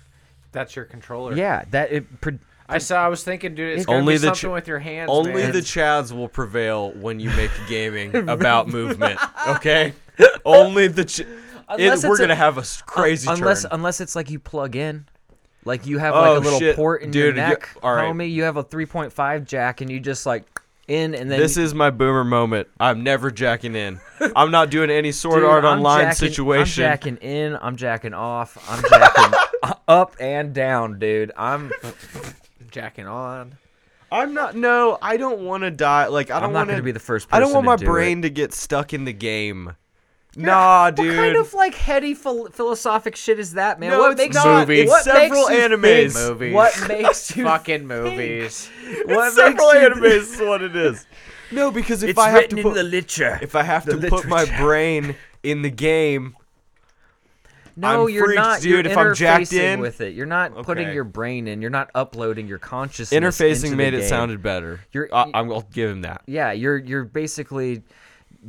F: That's your controller.
A: yeah that it pro-
F: I saw. I was thinking, dude, it's,
B: only
F: only be
B: the
F: something
B: ch-
F: with your hands.
B: Only
F: man.
B: the Chads will prevail when you make gaming about movement. Okay. Only the. Ch-
A: Unless
B: it, we're
A: it's a-
B: gonna have a s- crazy
A: unless
B: turn.
A: unless it's like you plug in like you have
B: Oh,
A: like a little
B: shit.
A: port in your
B: Dude, y-
A: neck
B: all right.
A: homie you have a 3.5 jack and you just like in and then
B: this is my boomer moment. I'm never jacking in. I'm not doing any sword art
A: I'm
B: online
A: jacking-
B: situation.
A: I'm jacking in, I'm jacking off, I'm jacking up and down, dude. I'm
F: jacking on.
B: I'm not. No, I don't want to die. Like I don't
A: I'm not
B: want
A: gonna be the first
B: I don't
A: person
B: want
A: to
B: my
A: do
B: brain to get stuck in the game. Nah, dude.
A: What kind of like heady phil- philosophic shit is that, man?
B: No,
A: what
B: it's
A: makes
B: not.
F: Movies.
B: It's
A: What
B: several
A: makes you
B: animes.
A: think-
F: Movies.
A: What makes you
F: Fucking movies.
A: What
B: several
A: makes you
B: animes is what it is. No, because if
A: It's
B: I have
A: written
B: to
A: in
B: put
A: the literature.
B: if I have to
A: the
B: put my
A: literature.
B: brain in the game,
A: no,
B: I'm
A: you're
B: freaked,
A: not,
B: dude,
A: you're
B: if I'm jacked
A: interfacing
B: in.
A: with it. You're not putting
B: Okay.
A: your brain in. You're not uploading your consciousness. into
B: interfacing
A: the
B: made it
A: game.
B: sounded better.
A: You're-
B: I, I'm, I'll give him that.
A: Yeah, you're you're basically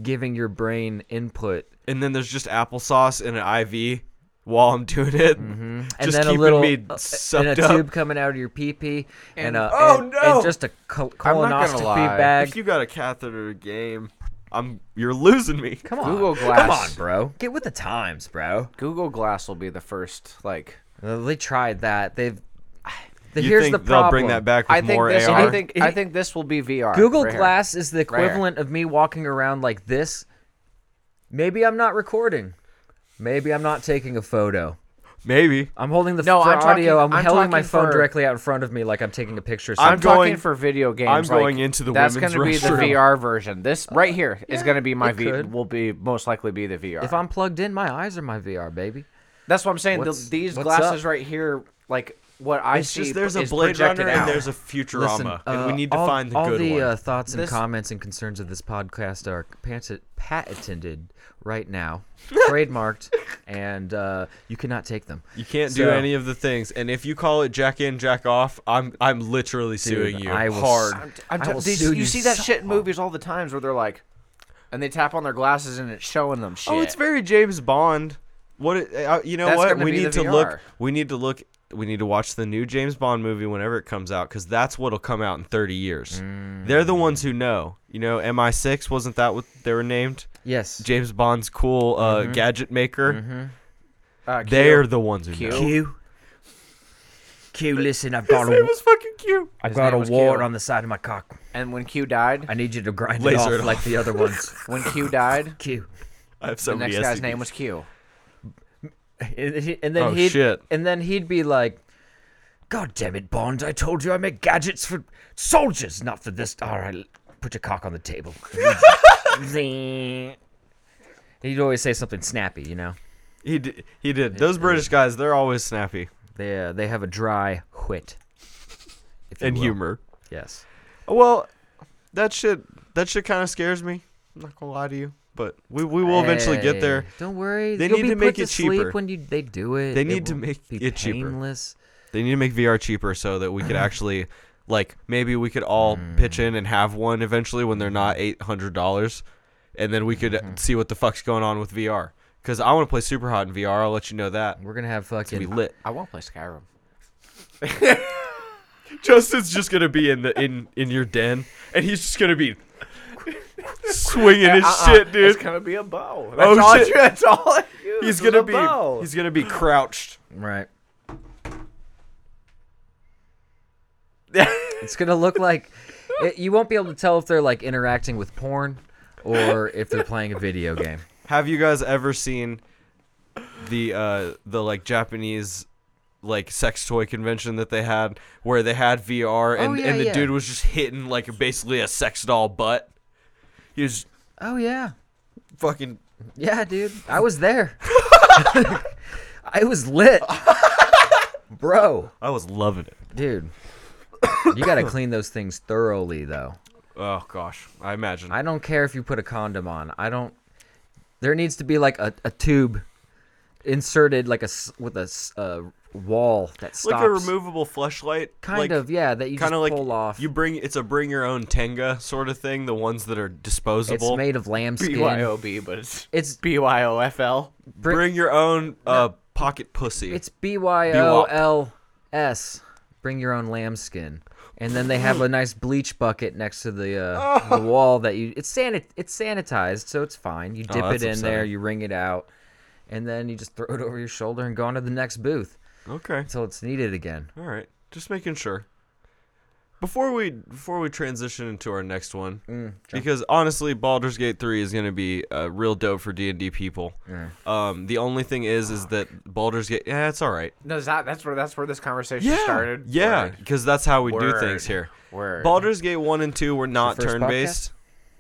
A: giving your brain input
B: And then there's just applesauce in an IV while I'm doing it, just
A: Mm-hmm. and then
B: keeping
A: a little
B: me
A: uh,
B: sucked
A: and a
B: up.
A: tube coming out of your pee pee and,
F: And-
A: a
B: oh,
A: and,
B: no!
A: and just a col-
F: I'm not gonna
A: colonoscopy
F: lie.
A: bag.
B: If you got a catheter game, I'm you're losing me.
A: Come on,
F: Google
A: Come on,
F: Glass.
A: bro. Get with the times, bro.
F: Google Glass will be the first like
A: Uh, They tried that. They've. The,
B: You
A: here's
B: think
A: the
B: they'll
A: problem.
B: bring that back with
F: I think
B: more
F: this
B: AR?
F: I think I think this will be VR.
A: Google
F: right here.
A: Glass is the
F: here.
A: equivalent of me walking around like this. Maybe I'm not recording. Maybe I'm not taking a photo.
B: Maybe
A: I'm holding the
F: No,
A: for
F: I'm
A: audio.
F: talking-
A: I'm,
F: I'm
A: holding my
F: talking
A: phone
F: for-
A: directly out in front of me, like I'm taking a picture.
B: I'm
F: I'm talking
B: going-
F: for video games.
B: I'm
F: like,
B: going into the
F: That's
B: women's
F: gonna be
B: restroom.
F: the VR version. This right here is gonna be my
A: Uh, it
F: V.
A: could.
F: Will be most likely be the VR.
A: if I'm plugged in, my eyes are my VR, baby.
F: that's what I'm saying. The,
A: What's-
F: these
A: what's
F: glasses
A: up?
F: right here, like what I
B: it's
F: see,
B: just there's a
F: is
B: Blade
F: projected
B: Runner
F: out.
B: and there's a Futurama, and we
A: uh,
B: need to
A: all,
B: find the
A: all
B: good
A: the
B: one.
A: Uh, thoughts and
F: This-
A: comments and concerns of this podcast are patent- patented right now, trademarked, and uh, you cannot take them.
B: You can't do
A: So-
B: any of the things, and if you call it jack in, jack off, I'm I'm literally suing
A: Dude,
B: you
A: I will
B: hard.
A: s-
F: I'm
A: I
F: t-
A: will
F: these-
A: sue
F: you
A: you
F: see that
A: so
F: shit in movies all the times where they're like, and they tap on their glasses and it's showing them shit.
B: oh, it's very James Bond. What it, uh, you know?
F: That's
B: what
F: gonna
B: we
F: be
B: need
F: the
B: to look.
F: VR.
B: We need to look. We need to watch the new James Bond movie whenever it comes out, because that's what'll come out in 30 years.
F: Mm.
B: They're the ones who know. You know, MI6 wasn't that what they were named?
A: Yes.
B: James Bond's cool uh, gadget maker.
F: Uh, Mm-hmm. Q.
B: They're the ones who
F: Q.
B: know.
A: Q. Q, listen, I've got a,
B: fucking cute.
A: I've
F: His
A: got
F: name
A: a
F: was
A: wart
F: Q.
A: on the side of my cock.
F: And when Q died,
A: I need you to grind it
B: Laser
A: off
B: it
A: like the other ones.
F: when Q died,
A: Q.
B: I have
F: the
B: so many
F: next guy's
B: STDs.
F: name was Q.
A: And then he- and then
B: Oh,
A: he'd
B: shit.
A: and then he'd be like, "God damn it, Bond! I told you I make gadgets for soldiers, not for this." All right, put your cock on the table. Zing. he'd always say something snappy, you know.
B: He did. He did. Those British guys, they're always snappy
A: They uh, they have a dry wit if you
B: and
A: will.
B: humor.
A: Yes.
B: Well, that shit. That shit kind of scares me. I'm not gonna lie to you, but we we will eventually get there.
A: Hey, Don't worry.
B: They
A: You'll
B: need
A: be
B: to
A: put
B: make it
A: sleep
B: cheaper.
A: when you they do it.
B: They
A: It
B: need to
A: won't
B: make
A: be
B: it cheaper.
A: painless.
B: They need to make VR cheaper so that we could actually, like, maybe we could all
A: Hmm.
B: pitch in and have one eventually when they're not eight hundred dollars, and then we could
A: Mm-hmm.
B: uh, see what the fuck's going on with VR. Because I want to play Super Hot in VR. I'll let you know that.
A: We're gonna have
B: We
A: fucking
B: lit.
F: I won't play Skyrim.
B: Justin's just gonna be in the in in your den, and he's just gonna be swinging his
A: Uh-uh.
B: shit, dude.
F: It's gonna be a bow. That's
B: Oh,
F: all
B: shit.
F: I- That's all. I use
B: he's
F: is
B: gonna
F: a
B: be
F: bow.
B: he's gonna be crouched.
A: right. It's gonna look like it, you won't be able to tell if they're like interacting with porn or if they're playing a video game.
B: Have you guys ever seen the uh the like Japanese like sex toy convention that they had where they had VR and,
A: Oh, yeah,
B: and the
A: yeah.
B: dude was just hitting like basically a sex doll butt. He was
A: Oh yeah,
B: fucking
A: yeah, dude. I was there. I was lit, bro,
B: I was loving it.
A: dude. You gotta clean those things thoroughly, though.
B: Oh gosh. I imagine.
A: I don't care if you put a condom on. I don't. There needs to be like a, a tube inserted, like a s- with a s- uh, wall that
B: it's
A: stops.
B: like a removable fleshlight.
A: kind
B: like,
A: of, yeah. That you just
B: Kind of like
A: pull off.
B: you bring it's a bring your own tenga sort of thing, the ones that are
A: it's
B: disposable.
A: made of lambskin.
F: BYOB, but it's
A: It's
F: BYOFL.
B: bring your own uh pocket pussy.
A: it's B Y O L S. Bring your own lambskin, and then they have a nice bleach bucket next to the
B: Oh.
A: uh, the wall that you. It's sanit. It's sanitized, so it's fine. You dip
B: Oh, that's
A: it in there,
B: upsetting.
A: you wring it out, and then you just throw it over your shoulder and go on to the next booth
B: okay.
A: until it's needed again.
B: All right, just making sure. Before we before we transition into our next one,
F: Mm,
B: because honestly, Baldur's Gate three is gonna be uh, real dope for D and D people.
F: Mm.
B: Um, the only thing is, is that Baldur's Gate, yeah, it's all right.
F: No, is that that's where that's where this conversation started.
B: yeah,
F: Word.
B: because that's how we do
F: Word.
B: things here.
F: Word.
B: Baldur's Gate one and two were not
A: first
B: turn based.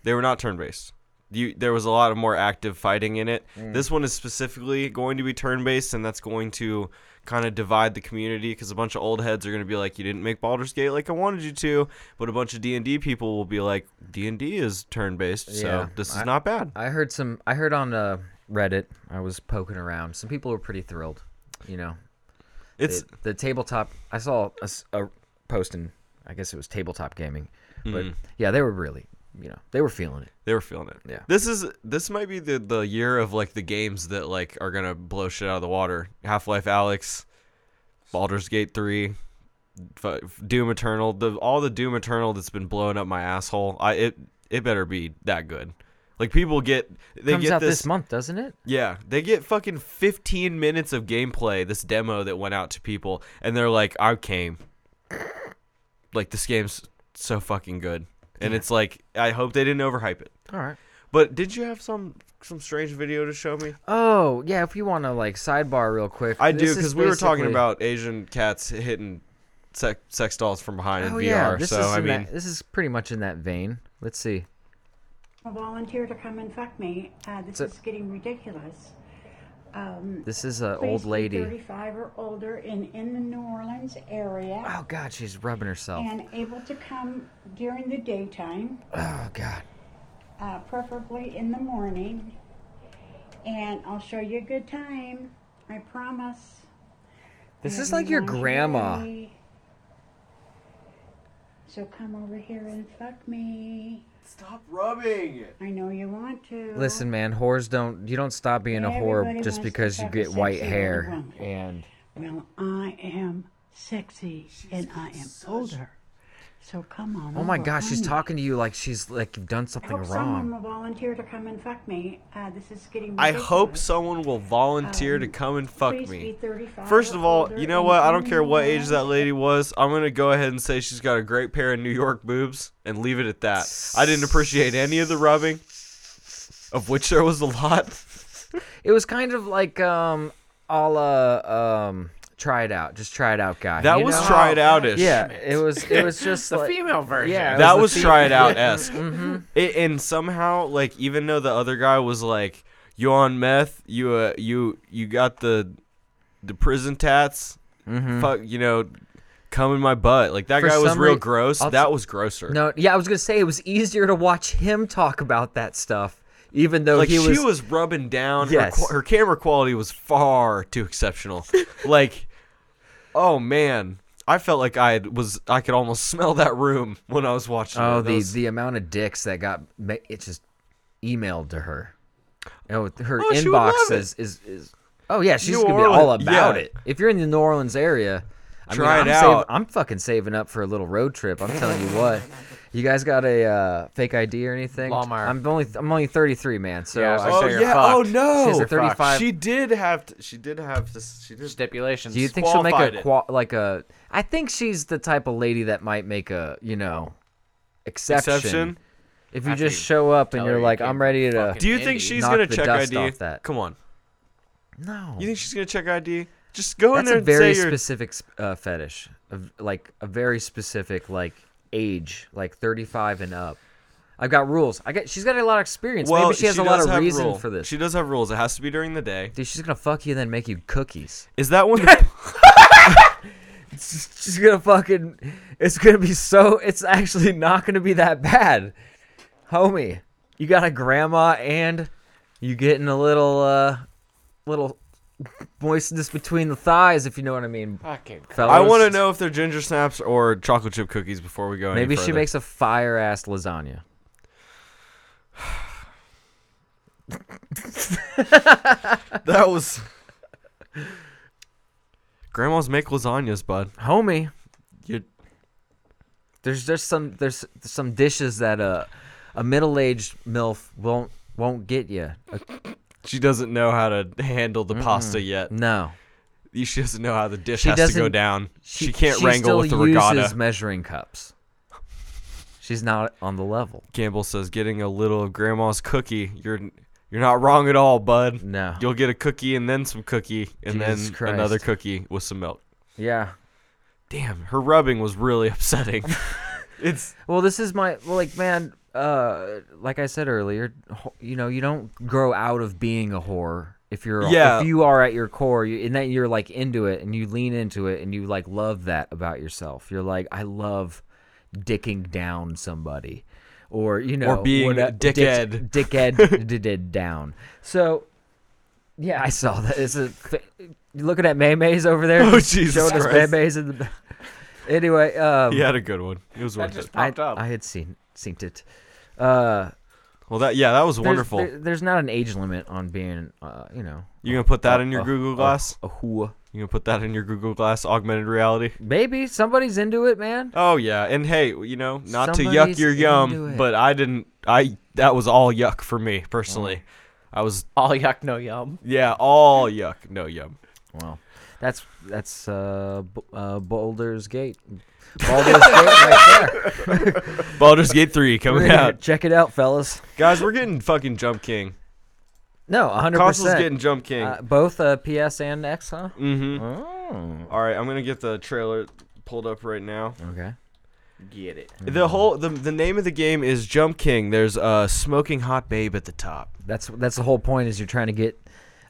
B: They were not turn based. you there was a lot of more active fighting in it.
A: Mm.
B: This one is specifically going to be turn-based, and that's going to kind of divide the community because a bunch of old heads are going to be like, "You didn't make Baldur's Gate like I wanted you to," but a bunch of D and D people will be like, "D and D is turn-based, so
A: Yeah,
B: this is not bad."
A: I heard some. I heard on uh, Reddit. I was poking around. Some people were pretty thrilled. You know,
B: It's
A: the, the tabletop. I saw a, s- a post in. I guess it was tabletop gaming, but
B: Mm-hmm.
A: yeah, they were really. You know, they were feeling it.
B: They were feeling it.
A: Yeah.
B: This is this might be the the year of like the games that like are gonna blow shit out of the water. Half Life Alex, Baldur's Gate three, f- Doom Eternal. The all the Doom Eternal that's been blowing up my asshole. I it it better be that good. Like people get they
A: Comes
B: get
A: out this, month, doesn't it?
B: yeah, they get fucking 15 minutes of gameplay, this demo that went out to people, and they're like, I came. Like, this game's so fucking good. And it's like, I hope they didn't overhype it.
A: All right.
B: But did you have some some strange video to show me?
A: Oh yeah, if you want to like sidebar real quick,
B: I do,
A: this is
B: because we were talking
A: basically-
B: about Asian cats hitting sex, sex dolls from behind in
A: Oh
B: VR.
A: yeah, this
B: so,
A: is
B: I
A: in
B: mean,
A: that, this is pretty much in that vein. Let's see.
G: a volunteer to come and fuck me. Uh, this is getting ridiculous.
A: This is an
G: Please
A: old
G: be
A: lady.
G: 35 or older and in the New Orleans area
A: Oh god, she's rubbing herself.
G: and able to come during the daytime,
A: Oh god.
G: uh, preferably in the morning. And I'll show you a good time. I promise.
A: This
G: I
A: is
G: have
A: like your
G: lingerie.
A: grandma.
G: So come over here and fuck me.
B: Stop rubbing!
G: I know you want to.
A: Listen, man, whores don't. You don't stop being a whore
G: Everybody
A: just
G: wants to
A: because you
G: fuck a
A: get white
G: sexy
A: hair.
G: woman.
A: And
G: Well, I am sexy and I am older. So come on.
A: oh my
G: over,
A: gosh, she's
G: honey.
A: talking to you like she's like you've done
G: I
A: something
G: hope someone
A: wrong.
G: will volunteer to come and fuck me. Uh, this is getting.
B: I hope
G: ridiculous.
B: someone will volunteer to
G: Um,
B: come and fuck
G: please
B: me.
G: be 35
B: First of
G: or
B: all,
G: older
B: you know
G: and
B: what? I
G: in
B: don't
G: the
B: care what age
G: North.
B: that lady was. I'm gonna go ahead and say she's got a great pair of New York boobs and leave it at that. I didn't appreciate any of the rubbing, of which there was a lot.
A: It was kind of like um, a la um, try it out, just try it out, guy.
B: That
A: you
B: was
A: know?
B: tried out ish.
A: Yeah, it was. It was just
F: The
A: like,
F: female version.
A: Yeah, it
B: that
A: the Mm-hmm.
B: was
A: fe-
B: try it out esque. It, and somehow, like, even though the other guy was like, "You on meth? You uh, you you got the the prison tats? Fuck, you know, come in my butt." Like that
A: Mm-hmm. For
B: guy was
A: some
B: real
A: rea-
B: gross.
A: I'll
B: that was grosser.
A: No, yeah, I was gonna say it was easier to watch him talk about that stuff, even though
B: like
A: he
B: she was rubbing down. Her
A: Yes.
B: qua- her, camera quality was far too exceptional. like, oh man, I felt like I was I could almost smell that room when I was watching.
A: Oh,
B: it. That
A: the
B: was-
A: the amount of dicks that got ma- it just emailed to her. Oh, her
B: Oh, she would
A: inbox
B: love it.
A: is, is is oh yeah, she's
B: New
A: gonna be all
B: Orleans,
A: about
B: yeah.
A: it. If you're in the New Orleans area, I
B: Try it
A: mean, I'm sav-
B: out.
A: I'm fucking saving up for a little road trip. I'm telling you what. You guys got a uh, fake ID or anything?
F: Longmire.
A: I'm only I'm only 33, man. So
F: Yeah, I was gonna
A: I-
B: oh
F: say you're
B: yeah.
F: fucked.
B: Oh no.
A: She's a 35.
B: She did have. To, she did have. To, she did.
F: Stipulations.
A: do you think she'll make
B: qualified
A: a
B: it.
A: qua- like a? I think she's the type of lady that might make a you know exception.
B: Exception?
A: If you
F: After
A: just
F: you
A: show up and
F: tell
A: you're
F: her you
A: like,
F: came
A: I'm
F: from
A: ready to.
F: fucking-
B: Do you
F: Indy
B: think she's
A: knocked
B: gonna
A: the
B: check
A: dust
B: ID?
A: off that.
B: Come on.
A: No.
B: You think she's gonna check ID? Just go
A: That's
B: in there
A: a
B: and
A: very
B: say you're.
A: specific sp- uh, fetish, of, like a very specific like age, like 35 and up. I've got rules. I got. She's got a lot of experience.
B: well,
A: Maybe she has a lot
B: does
A: of
B: have
A: reason
B: rule.
A: for this.
B: She does have rules. It has to be during the day.
A: Dude, she's gonna fuck you, then make you cookies.
B: Is that when? the-
A: She's gonna fucking. It's gonna be so. It's actually not gonna be that bad, homie. You got a grandma and you getting a little, uh, little moistness between the thighs, if you know what I mean.
F: Fucking.
A: fellas.
B: I want to know if they're ginger snaps or chocolate chip cookies before we go. any
A: Maybe she
B: further.
A: makes a fire ass lasagna.
B: That was. Grandma's make lasagnas, bud.
A: Homie,
B: You
A: there's just some there's some dishes that uh, a middle aged milf won't won't get Uh, you.
B: she doesn't know how to handle the pasta yet.
A: No,
B: She doesn't know how the dish
A: She
B: has to go
A: doesn't-
B: down. She, can't wrangle with the
A: still uses
B: regatta.
A: measuring cups. She's not on the level.
B: Campbell says, "Getting a little of Grandma's cookie. You're you're not wrong at all, bud.
A: No.
B: you'll get a cookie and then some cookie and
A: Jesus
B: then another
A: Christ.
B: cookie with some milk.
A: Yeah.
B: Damn, her rubbing was really upsetting. it's
A: Well, this is my well, like man. uh, like I said earlier, ho- you know, you don't grow out of being a whore. If you're,
B: Yeah.
A: if you are at your core, you, and that you're like into it, and you lean into it, and you like love that about yourself. You're like, I love dicking down somebody, or you know,
B: being
A: whata- dick-
B: dickhead.
A: dickhead, did it down. So, yeah, I saw that. It's a fa- you looking at Maymay's over there.
B: Oh, Jesus
A: showing us
B: Christ.
A: Maymay's in the. Anyway, um,
B: He had a good one. It was
F: That
B: worth
F: just
B: it.
A: I,
F: popped up.
A: I had seen seen it. Uh,
B: Well, that yeah, that was
A: there's-
B: wonderful.
A: there- there's not an age limit on being, uh, you know,
B: you gonna put that in your
A: a-
B: Google
A: a-
B: Glass?
A: a whoa.
B: You gonna put that in your Google Glass augmented reality?
A: Maybe somebody's into it, man.
B: Oh yeah, and hey, you know, not to yuck
A: Somebody's
B: your
A: into
B: yum,
A: it.
B: but I didn't. I that was all yuck for me personally.
A: Oh.
B: I was
F: All yuck, no yum.
B: yeah, all yuck, no yum.
A: Well, that's that's uh, B- uh, Boulder's Gate. Boulder's Gate right
B: Baldur's Gate three coming
A: there.
B: out,
A: Check it out, fellas.
B: guys. We're getting fucking Jump King.
A: No, 100.
B: Console's
A: percent
B: getting Jump King.
A: uh, both uh, PS and X, huh?
B: mm-hmm.
A: Oh,
B: All right, I'm gonna get the trailer pulled up right now.
A: okay.
F: Get it.
A: Mm-hmm.
B: The whole the, the name of the game is Jump King. There's a smoking hot babe at the top.
A: That's that's the whole point is you're trying to get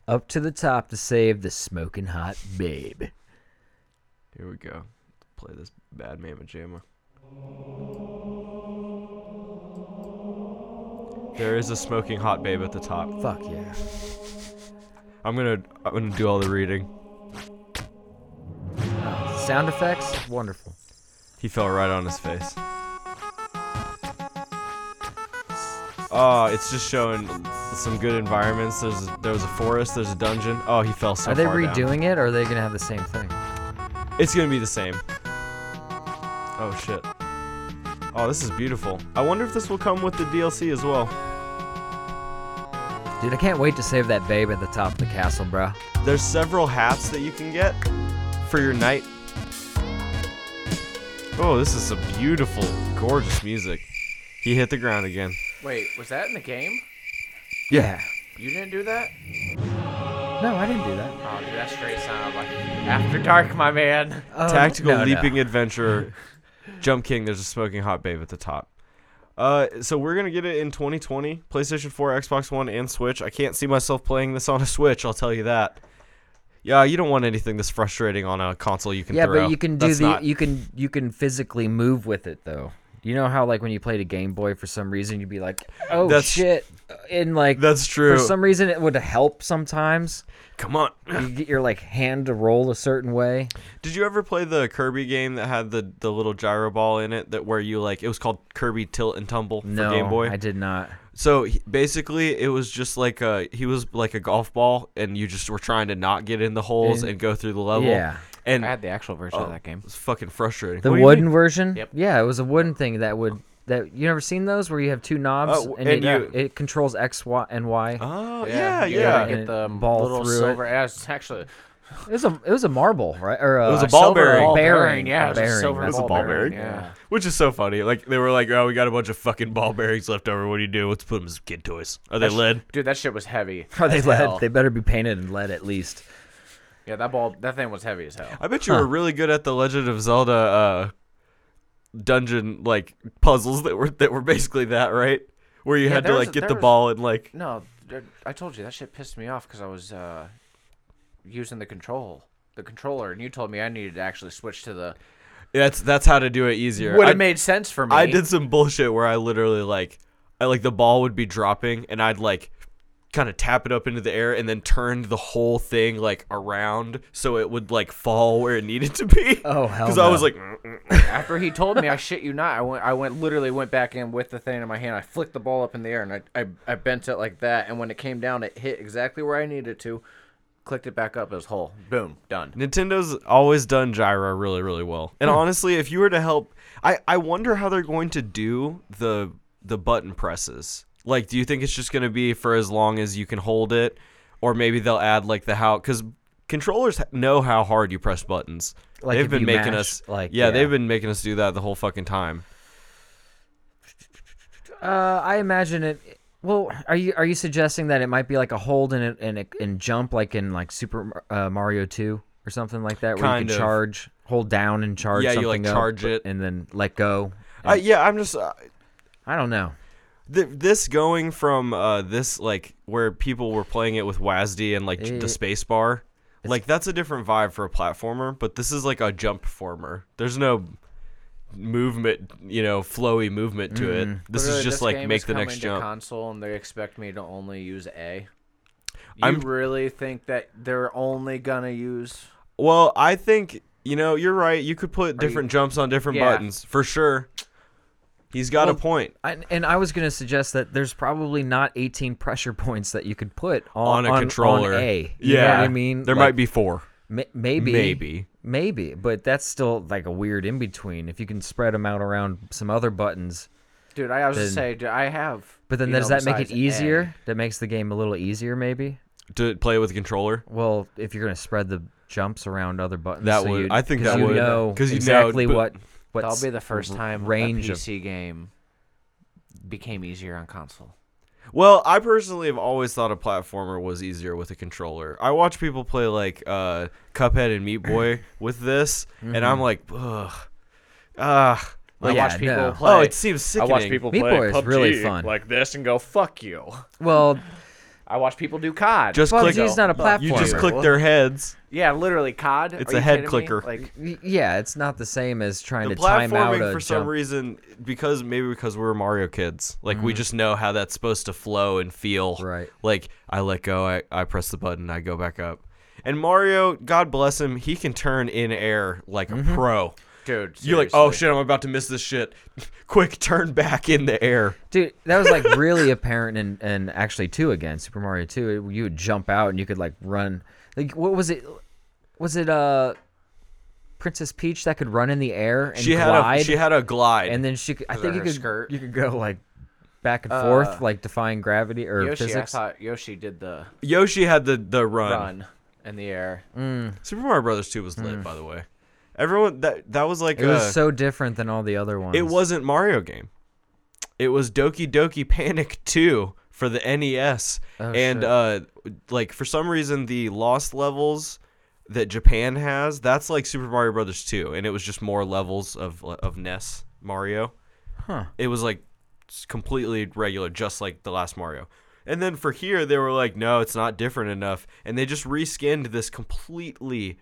A: up to the top to save the smoking hot babe.
B: Here we go. Play this bad mama jamma. There is a smoking hot babe at the top.
A: Fuck yeah.
B: I'm gonna I'm gonna do all the reading.
A: Sound effects, wonderful.
B: He fell right on his face. Oh, it's just showing some good environments. There's there was a forest. There's a dungeon. Oh, he fell so
A: are they
B: far down.
A: redoing it or are they gonna have the same thing?
B: It's gonna be the same. Oh shit. Oh, this is beautiful. I wonder if this will come with the DLC as well.
A: Dude, I can't wait to save that babe at the top of the castle, bro.
B: There's several hats that you can get for your night. Oh, this is some beautiful, gorgeous music. He hit the ground again.
F: Wait, was that in the game?
A: Yeah.
F: You didn't do that?
A: No, I didn't do that.
F: Oh, dude, that straight sounded like After Dark, my man.
A: Um,
B: Tactical
A: no, no.
B: leaping adventurer. Jump King, there's a smoking hot babe at the top. Uh, so we're gonna get it in 2020, PlayStation 4, Xbox One, and Switch. I can't see myself playing this on a Switch. I'll tell you that. Yeah, you don't want anything this frustrating on a console you can
A: Yeah,
B: throw.
A: but you can do
B: That's
A: the
B: not-
A: you can you can physically move with it though. You know how like when you played a Game Boy for some reason you'd be like, oh
B: That's-
A: shit, and like
B: That's true.
A: For some reason it would help sometimes.
B: Come on.
A: You get your like hand to roll a certain way.
B: Did you ever play the Kirby game that had the the little gyro ball in it that where you like it was called Kirby Tilt and Tumble
A: No,
B: for Game Boy?
A: I did not.
B: So he- basically, it was just like a he was like a golf ball, and you just were trying to not get in the holes
A: And-
B: and, go through the level.
A: Yeah.
B: and
F: I
B: it
F: had the actual version of that game.
B: was fucking frustrating.
A: The
B: What do you
A: wooden
B: mean?
A: version?
F: Yep.
A: Yeah, it was a wooden thing that would that you never seen those where you have two knobs
B: Oh,
A: and,
B: and
A: it,
B: you-
A: it controls X, Y, and Y.
B: Oh yeah, yeah.
A: yeah.
F: Get the
A: And ball
F: little
A: through it.
F: silver. Yeah, it's actually
A: It was a it was a marble, right? Or a,
B: was a ball
A: silver
B: bearing.
F: ball
A: bearing.
F: bearing. Yeah,
A: a
F: it was a
A: bearing,
F: silver
A: that's-
F: ball,
B: ball
F: bearing.
B: bearing.
F: Yeah.
B: Which is so funny. Like they were like, "Oh, we got a bunch of fucking ball bearings left over. What do you do? Let's put them as kid toys. Are they lead?
F: Dude, that shit was heavy.
A: Are they
F: as
A: lead?
F: hell.
A: They better be painted in lead at least.
F: Yeah, that ball, that thing was heavy as hell.
B: I bet you were really good at the Legend of Zelda uh, dungeon like puzzles that were that were basically that, right? Where you
F: Yeah,
B: had to
F: there was
B: like get
F: a- there
B: the
F: was-
B: ball and like
F: No, there- I told you that shit pissed me off because I was uh, using the control, the controller, and you told me I needed to actually switch to the.
B: that's that's how to do it easier.
F: Would
B: I-
F: have made sense for me.
B: I did some bullshit where I literally like, I like the ball would be dropping and I'd like kind of tap it up into the air and then turned the whole thing like around so it would like fall where it needed to be.
A: Oh, hell
B: Because I was
A: no.
B: like, "Mm, mm, mm."
F: After he told me, I shit you not, I went, I went, literally went back in with the thing in my hand. I flicked the ball up in the air and I, I, I bent it like that. And when it came down, it hit exactly where I needed it to. Clicked it back up as whole. Boom, done.
B: Nintendo's always done gyro really really well.
A: Hmm.
B: And honestly, if you were to help, I I wonder how they're going to do the the button presses. Like, do you think it's just going to be for as long as you can hold it, or maybe they'll add like the how because controllers h- know how hard you press buttons.
A: Like,
B: they've
A: if
B: been
A: you
B: making
A: mash,
B: us
A: like,
B: yeah,
A: yeah.
B: they've been making us do that the whole fucking time.
A: Uh, I imagine it. Well, are you are you suggesting that it might be like a hold and a, and, a, and jump like in like Super uh, Mario Two or something like that, where you
B: Kind
A: can
B: of.
A: charge, hold down and charge.
B: Yeah, you, like,
A: something up,
B: charge it.
A: and then let go.
B: Uh, yeah, I'm just uh,
A: I don't know.
B: th- this going from uh, this like where people were playing it with WASD and like
A: Eh.
B: the space bar, like that's a different vibe for a platformer. But this is like a jump former. There's no movement, you know, flowy movement to it.
A: Mm-hmm.
B: This
F: Literally,
B: is just like
F: game
B: make
F: is
B: the
F: coming
B: next
F: to
B: jump.
F: console, and they expect me to only use A. You
B: I'm-
F: really think that they're only gonna use?
B: Well, I think you know you're right. You could put different jumps on different
F: Yeah.
B: buttons for sure. He's got a point
A: I, and I was gonna suggest that there's probably not 18 pressure points that you could put on,
B: on a controller.
A: On a, you know
B: yeah,
A: what I mean,
B: there
A: Like,
B: might be four.
A: ma- maybe,
B: Maybe.
A: maybe, but that's still like a weird in between. If you can spread them out around some other buttons,
F: Dude, I was
A: Then-
F: just say, do I have?
A: but then
F: you know,
A: does that make it
F: besides A.
A: easier? That makes the game a little easier, maybe.
B: to play with a controller.
A: Well, if you're gonna spread the jumps around other buttons,
B: That
A: so
B: would-
A: you,
B: I think
A: 'cause
B: that
A: you
B: would-
A: know
B: 'cause you know,
A: exactly
B: but-
A: what. What
F: That'll be the first time
A: range
F: range a
A: of
F: PC game became easier on console.
B: Well, I personally have always thought a platformer was easier with a controller. I watch people play like uh, Cuphead and Meat Boy with this, and I'm like, ugh, ah,
F: I
B: like,
A: yeah,
F: watch people
A: no.
F: play.
B: oh, it seems
F: I
B: sickening.
F: watch people
A: Meat
F: play
A: Boy is
F: PUBG
A: really fun.
F: like this and go fuck you.
A: well,
F: I watch people do COD.
B: just
A: PUBG
B: click.
A: is not a
B: You just
A: platformer.
B: click their heads.
F: yeah, literally COD.
B: It's
F: Are
B: a
F: you
B: head
F: kidding me?
B: clicker.
F: Like
A: y- yeah, it's not the same as trying
B: The
A: to time out
B: platforming
A: a
B: for some
A: jump.
B: reason, because maybe because we were Mario kids, like we just know how that's supposed to flow and feel.
A: Right.
B: Like I let go, I, I press the button, I go back up. And Mario, God bless him, he can turn in air like a pro.
F: dude,
B: You're like,
F: seriously.
B: oh shit, I'm about to miss this shit. Quick, turn back in the air.
A: Dude, that was like really apparent in, in actually two again, Super Mario Two. It- You would jump out and you could like run. Like what was it? Was it uh Princess Peach that could run in the air and
B: She had
A: glide?
B: a she had a glide.
A: and then she could. I think you
F: her
A: could
F: skirt.
A: you could go like back
B: Uh,
A: and forth, like defying gravity or
F: Yoshi,
A: physics.
F: I thought Yoshi did the
B: Yoshi had the the run.
F: run in the air.
A: Mm.
B: Super Mario Brothers 2 was lit, by the way. Everyone that that was like
A: it
B: a,
A: was so different than all the other ones.
B: it wasn't Mario game. It was Doki Doki Panic 2 for the NES.
A: Oh,
B: and uh like for some reason the lost levels that Japan has, that's like Super Mario Brothers 2 and it was just more levels of of NES Mario. Huh. It was like s- completely regular just like the last Mario. And then for here they were like no, it's not different enough and they just reskinned this completely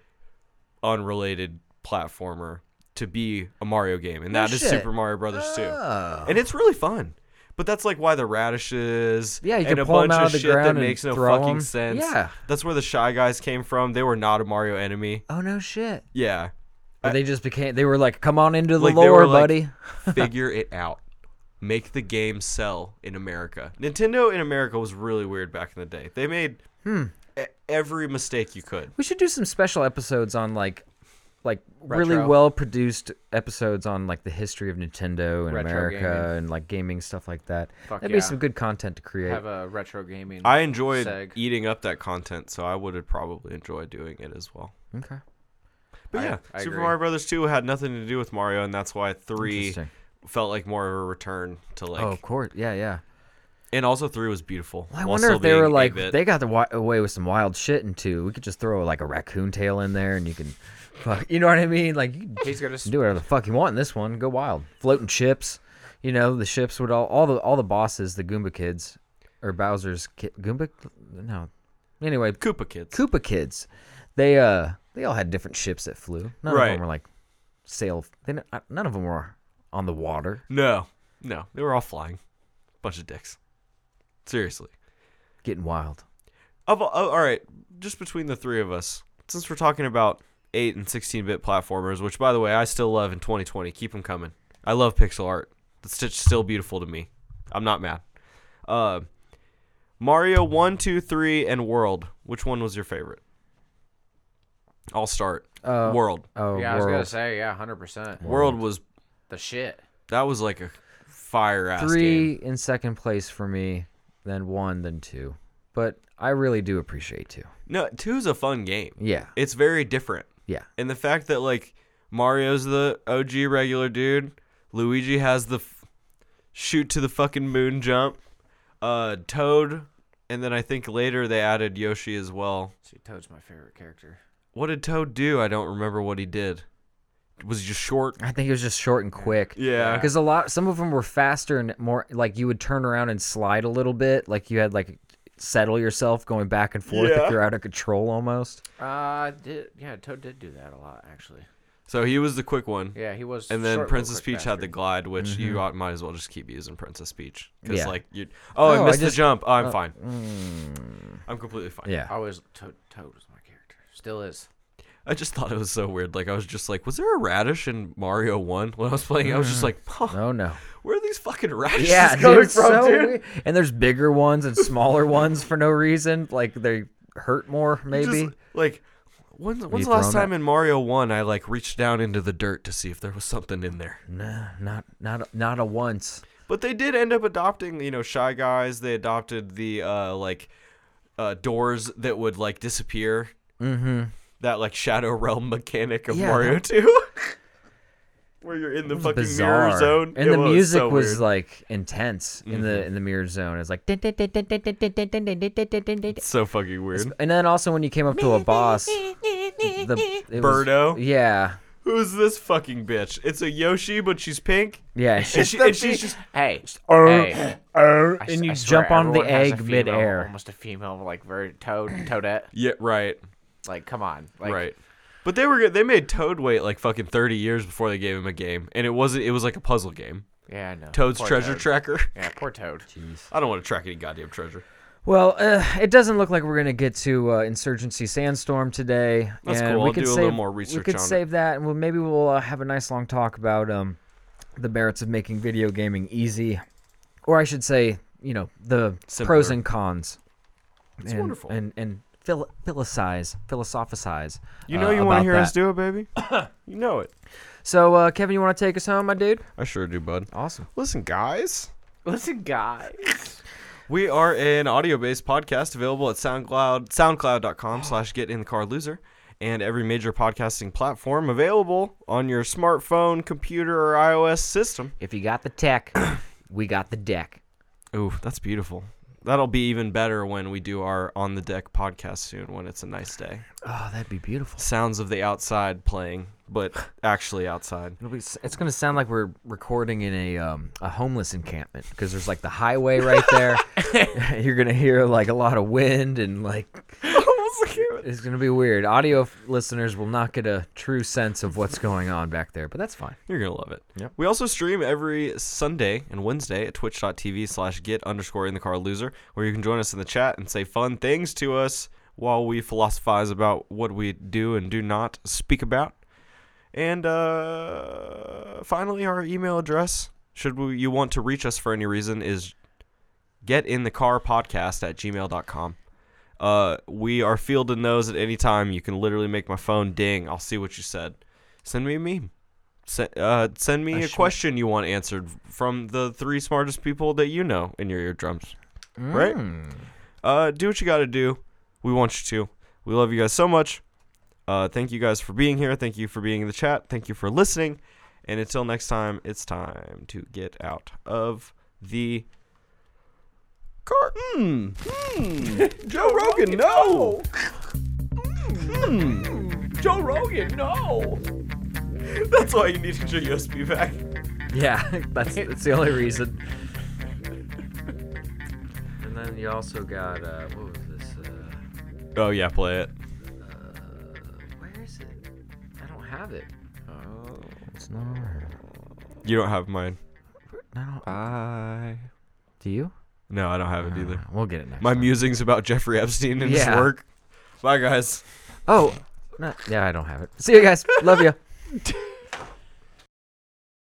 B: unrelated platformer to be a Mario game, and that is
A: shit. Ah.
B: Super Mario Brothers 2. And it's really fun. But that's like why the radishes
A: Yeah, you
B: and
A: can
B: a
A: pull 'em
B: bunch
A: out
B: of
A: of the
B: shit that
A: ground and
B: makes no
A: throw
B: fucking
A: 'em.
B: sense.
A: Yeah.
B: That's where the Shy Guys came from. They were not a Mario enemy.
A: Oh no shit!
B: Yeah.
A: But they just became. They were like, "Come on into the
B: Like, they
A: lore,
B: were like-
A: buddy."
B: Figure it out. Make the game sell in America. Nintendo in America was really weird back in the day. They made
A: Hmm.
B: e- every mistake you could.
A: We should do some special episodes on like like really
F: Retro.
A: well produced episodes on like the history of Nintendo and
F: Retro
A: America
F: gaming.
A: and like gaming stuff like that.
F: Fuck
A: That'd be
F: yeah.
A: some good content to create.
F: Have a retro gaming.
B: I enjoyed
F: Seg.
B: eating up that content, so I would have probably enjoyed doing it as well.
A: okay.
B: But
F: I-
B: yeah,
F: I
B: Super
F: agree.
B: Mario Brothers 2 had nothing to do with Mario, and that's why 3
A: Interesting.
B: felt like more of a return to like.
A: oh, of course. Yeah, yeah.
B: And also 3 was beautiful.
A: Well, I
B: while
A: wonder
B: still
A: if they were
B: being
A: like
B: 8-bit.
A: they got the wi- away with some wild shit in two. We could just throw like a raccoon tail in there, and you can, fuck, you know what I mean? Like you can
F: He's gonna s-
A: do whatever the fuck you want in this one. Go wild, floating ships. You know the ships would all all the all the bosses, the Goomba kids, or Bowser's ki- Goomba. No, anyway,
B: Koopa Kids.
A: Koopa kids. They uh they all had different ships that flew. None of
B: Right.
A: them were like sail. They, n- uh, none of them were on the water.
B: no, no, they were all flying. Bunch of dicks. Seriously.
A: Getting wild.
B: Of, oh, all right, just between the three of us, since we're talking about 8 and 16 bit platformers, which by the way, I still love in 2020, keep them coming. I love pixel art. It's just still beautiful to me. I'm not mad. Uh, Mario 1, 2, 3, and World. Which one was your favorite? I'll start.
A: Uh,
B: World.
A: Oh,
F: yeah, I was
A: world.
F: gonna say yeah, hundred percent.
B: World was,
F: The shit.
B: that was like a fire ass game.
A: three in second place for me, then one, then two. But I really do appreciate two.
B: No, two's a fun game.
A: Yeah,
B: It's very different.
A: yeah.
B: and the fact that like Mario's the OG regular dude, Luigi has the f- shoot to the fucking moon jump, uh, Toad, and then I think later they added Yoshi as well.
F: See, Toad's my favorite character.
B: What did Toad do? I don't remember what he did. was just short.
A: I think it was just short and quick.
B: Yeah.
A: Because a lot, some of them were faster and more like you would turn around and slide a little bit, like you had like settle yourself going back and forth
B: Yeah.
A: if you're out of control almost.
F: Uh, did yeah, Toad did do that a lot actually.
B: So he was the quick one.
F: Yeah, he was.
B: And then
F: short, real
B: Princess
F: quick
B: Peach had the
F: bastard.
B: glide, which you ought, might as well just keep using Princess Peach because
A: Yeah.
B: like you. Oh,
A: Oh, I
B: I missed
A: just-
B: the jump. Oh, I'm fine. I'm completely fine.
A: Yeah.
F: Always Toad. Toad was my character. Still is.
B: I just thought it was so weird. Like I was just like, was there a radish in Mario One when I was playing? I was just like, huh,
A: Oh no.
B: where are these fucking radishes
A: Yeah,
B: coming
A: dude,
B: from,
A: so
B: dude?
A: weird. And there's bigger ones and smaller ones for no reason. Like they hurt more,
B: Just,
A: maybe.
B: like. When's, when's the
A: thrown
B: last time
A: up?
B: in Mario One I like reached down into the dirt to see if there was something in there?
A: Nah, not not not a once.
B: But they did end up adopting, you know, Shy Guys. They adopted the uh, like uh, doors that would like disappear. Mm-hmm. That like Shadow Realm mechanic of
A: Yeah,
B: Mario Two, where you're in the fucking mirror
A: Bizarre.
B: zone.
A: And
B: It
A: the music
B: so
A: was
B: weird. Mm-hmm.
A: like intense in the in the mirror zone. It's like
B: so fucking weird.
A: and then also when you came up to a boss, the it was-
B: Birdo?
A: yeah,
B: Who's this fucking bitch? It's a Yoshi, but she's pink.
A: yeah. she- uh,
B: And, she, and she's just
F: Hey. hey. I s-
A: and you
F: I swear,
A: jump on the
F: everyone has a
A: egg
F: female-
A: midair.
F: Almost a female, like very Toad, Toadette.
B: yeah, right,
F: Like, come on. Like,
B: right. But they were good- they made Toad wait like fucking thirty years before they gave him a game, and it wasn't. It was like a puzzle game.
F: Yeah, I know.
B: Toad's
F: Poor
B: treasure
F: Toad.
B: tracker.
F: Yeah, poor Toad.
B: I don't want to track any goddamn treasure.
A: Well, uh, it doesn't look like we're gonna get to uh, Insurgency Sandstorm today.
B: That's
A: and
B: cool.
A: We
B: I'll
A: could
B: do a
A: save,
B: little more
A: We
B: research
A: could
B: on it.
A: save that, and we'll, maybe we'll uh, have a nice long talk about um, the merits of making video gaming easy, or I should say, you know, the pros
B: Simpler.
A: and cons. It's and,
B: wonderful.
A: And and phil- philosophize, philosophize.
B: You know
A: uh,
B: you want
A: about
B: to hear us
A: that.
B: do it, baby. you know it.
A: So, uh, Kevin, you want to take us home, my dude?
B: I sure do, bud.
A: Awesome.
B: Listen, guys.
F: Listen, guys.
B: We are an audio-based podcast available at SoundCloud, soundcloud.com slash get in the car loser and every major podcasting platform available on your smartphone, computer, or iOS system.
A: If you got the tech, we got the deck.
B: Ooh, that's beautiful. That'll be even better when we do our on the deck podcast soon when it's a nice day.
A: Oh, that'd be beautiful.
B: Sounds of the outside playing, but actually outside.
A: It'll be, it's gonna sound like we're recording in a um, a homeless encampment because there's like the highway right there. You're gonna hear like a lot of wind and like it's gonna be weird. Audio f- listeners will not get a true sense of what's going on back there, but that's fine.
B: You're gonna love it. We also stream every Sunday and Wednesday at twitch.tv slash get underscore in the car loser, where you can join us in the chat and say fun things to us while we philosophize about what we do and do not speak about. And uh, finally, our email address, should we, you want to reach us for any reason, is getinthecarpodcast at gmail.com. Uh, we are fielding those at any time. You can literally make my phone ding. I'll see what you said. Send me a meme. Send, uh, send me a question you want answered from the three smartest people that you know in your eardrums. Right? Uh, do what you got to do. We want you to. We love you guys so much. Uh, thank you guys for being here. Thank you for being in the chat. Thank you for listening. And until next time, it's time to get out of the carton. Mm. Joe Rogan, no. Mm. Joe Rogan, no. That's why you need to get your USB back.
A: Yeah, that's that's the only reason. and then you also got uh, what was this? Uh,
B: Oh yeah, play it.
A: where is it? I don't have it.
F: Oh,
A: It's not.
B: You don't have mine.
A: I don't.
B: I.
A: Do you?
B: No, I don't have it either.
A: We'll get it next.
B: My musings about Jeffrey Epstein and his
A: Ah, Yeah.
B: work. Bye guys.
A: Oh, not, yeah, I don't have it. See you guys. Love you.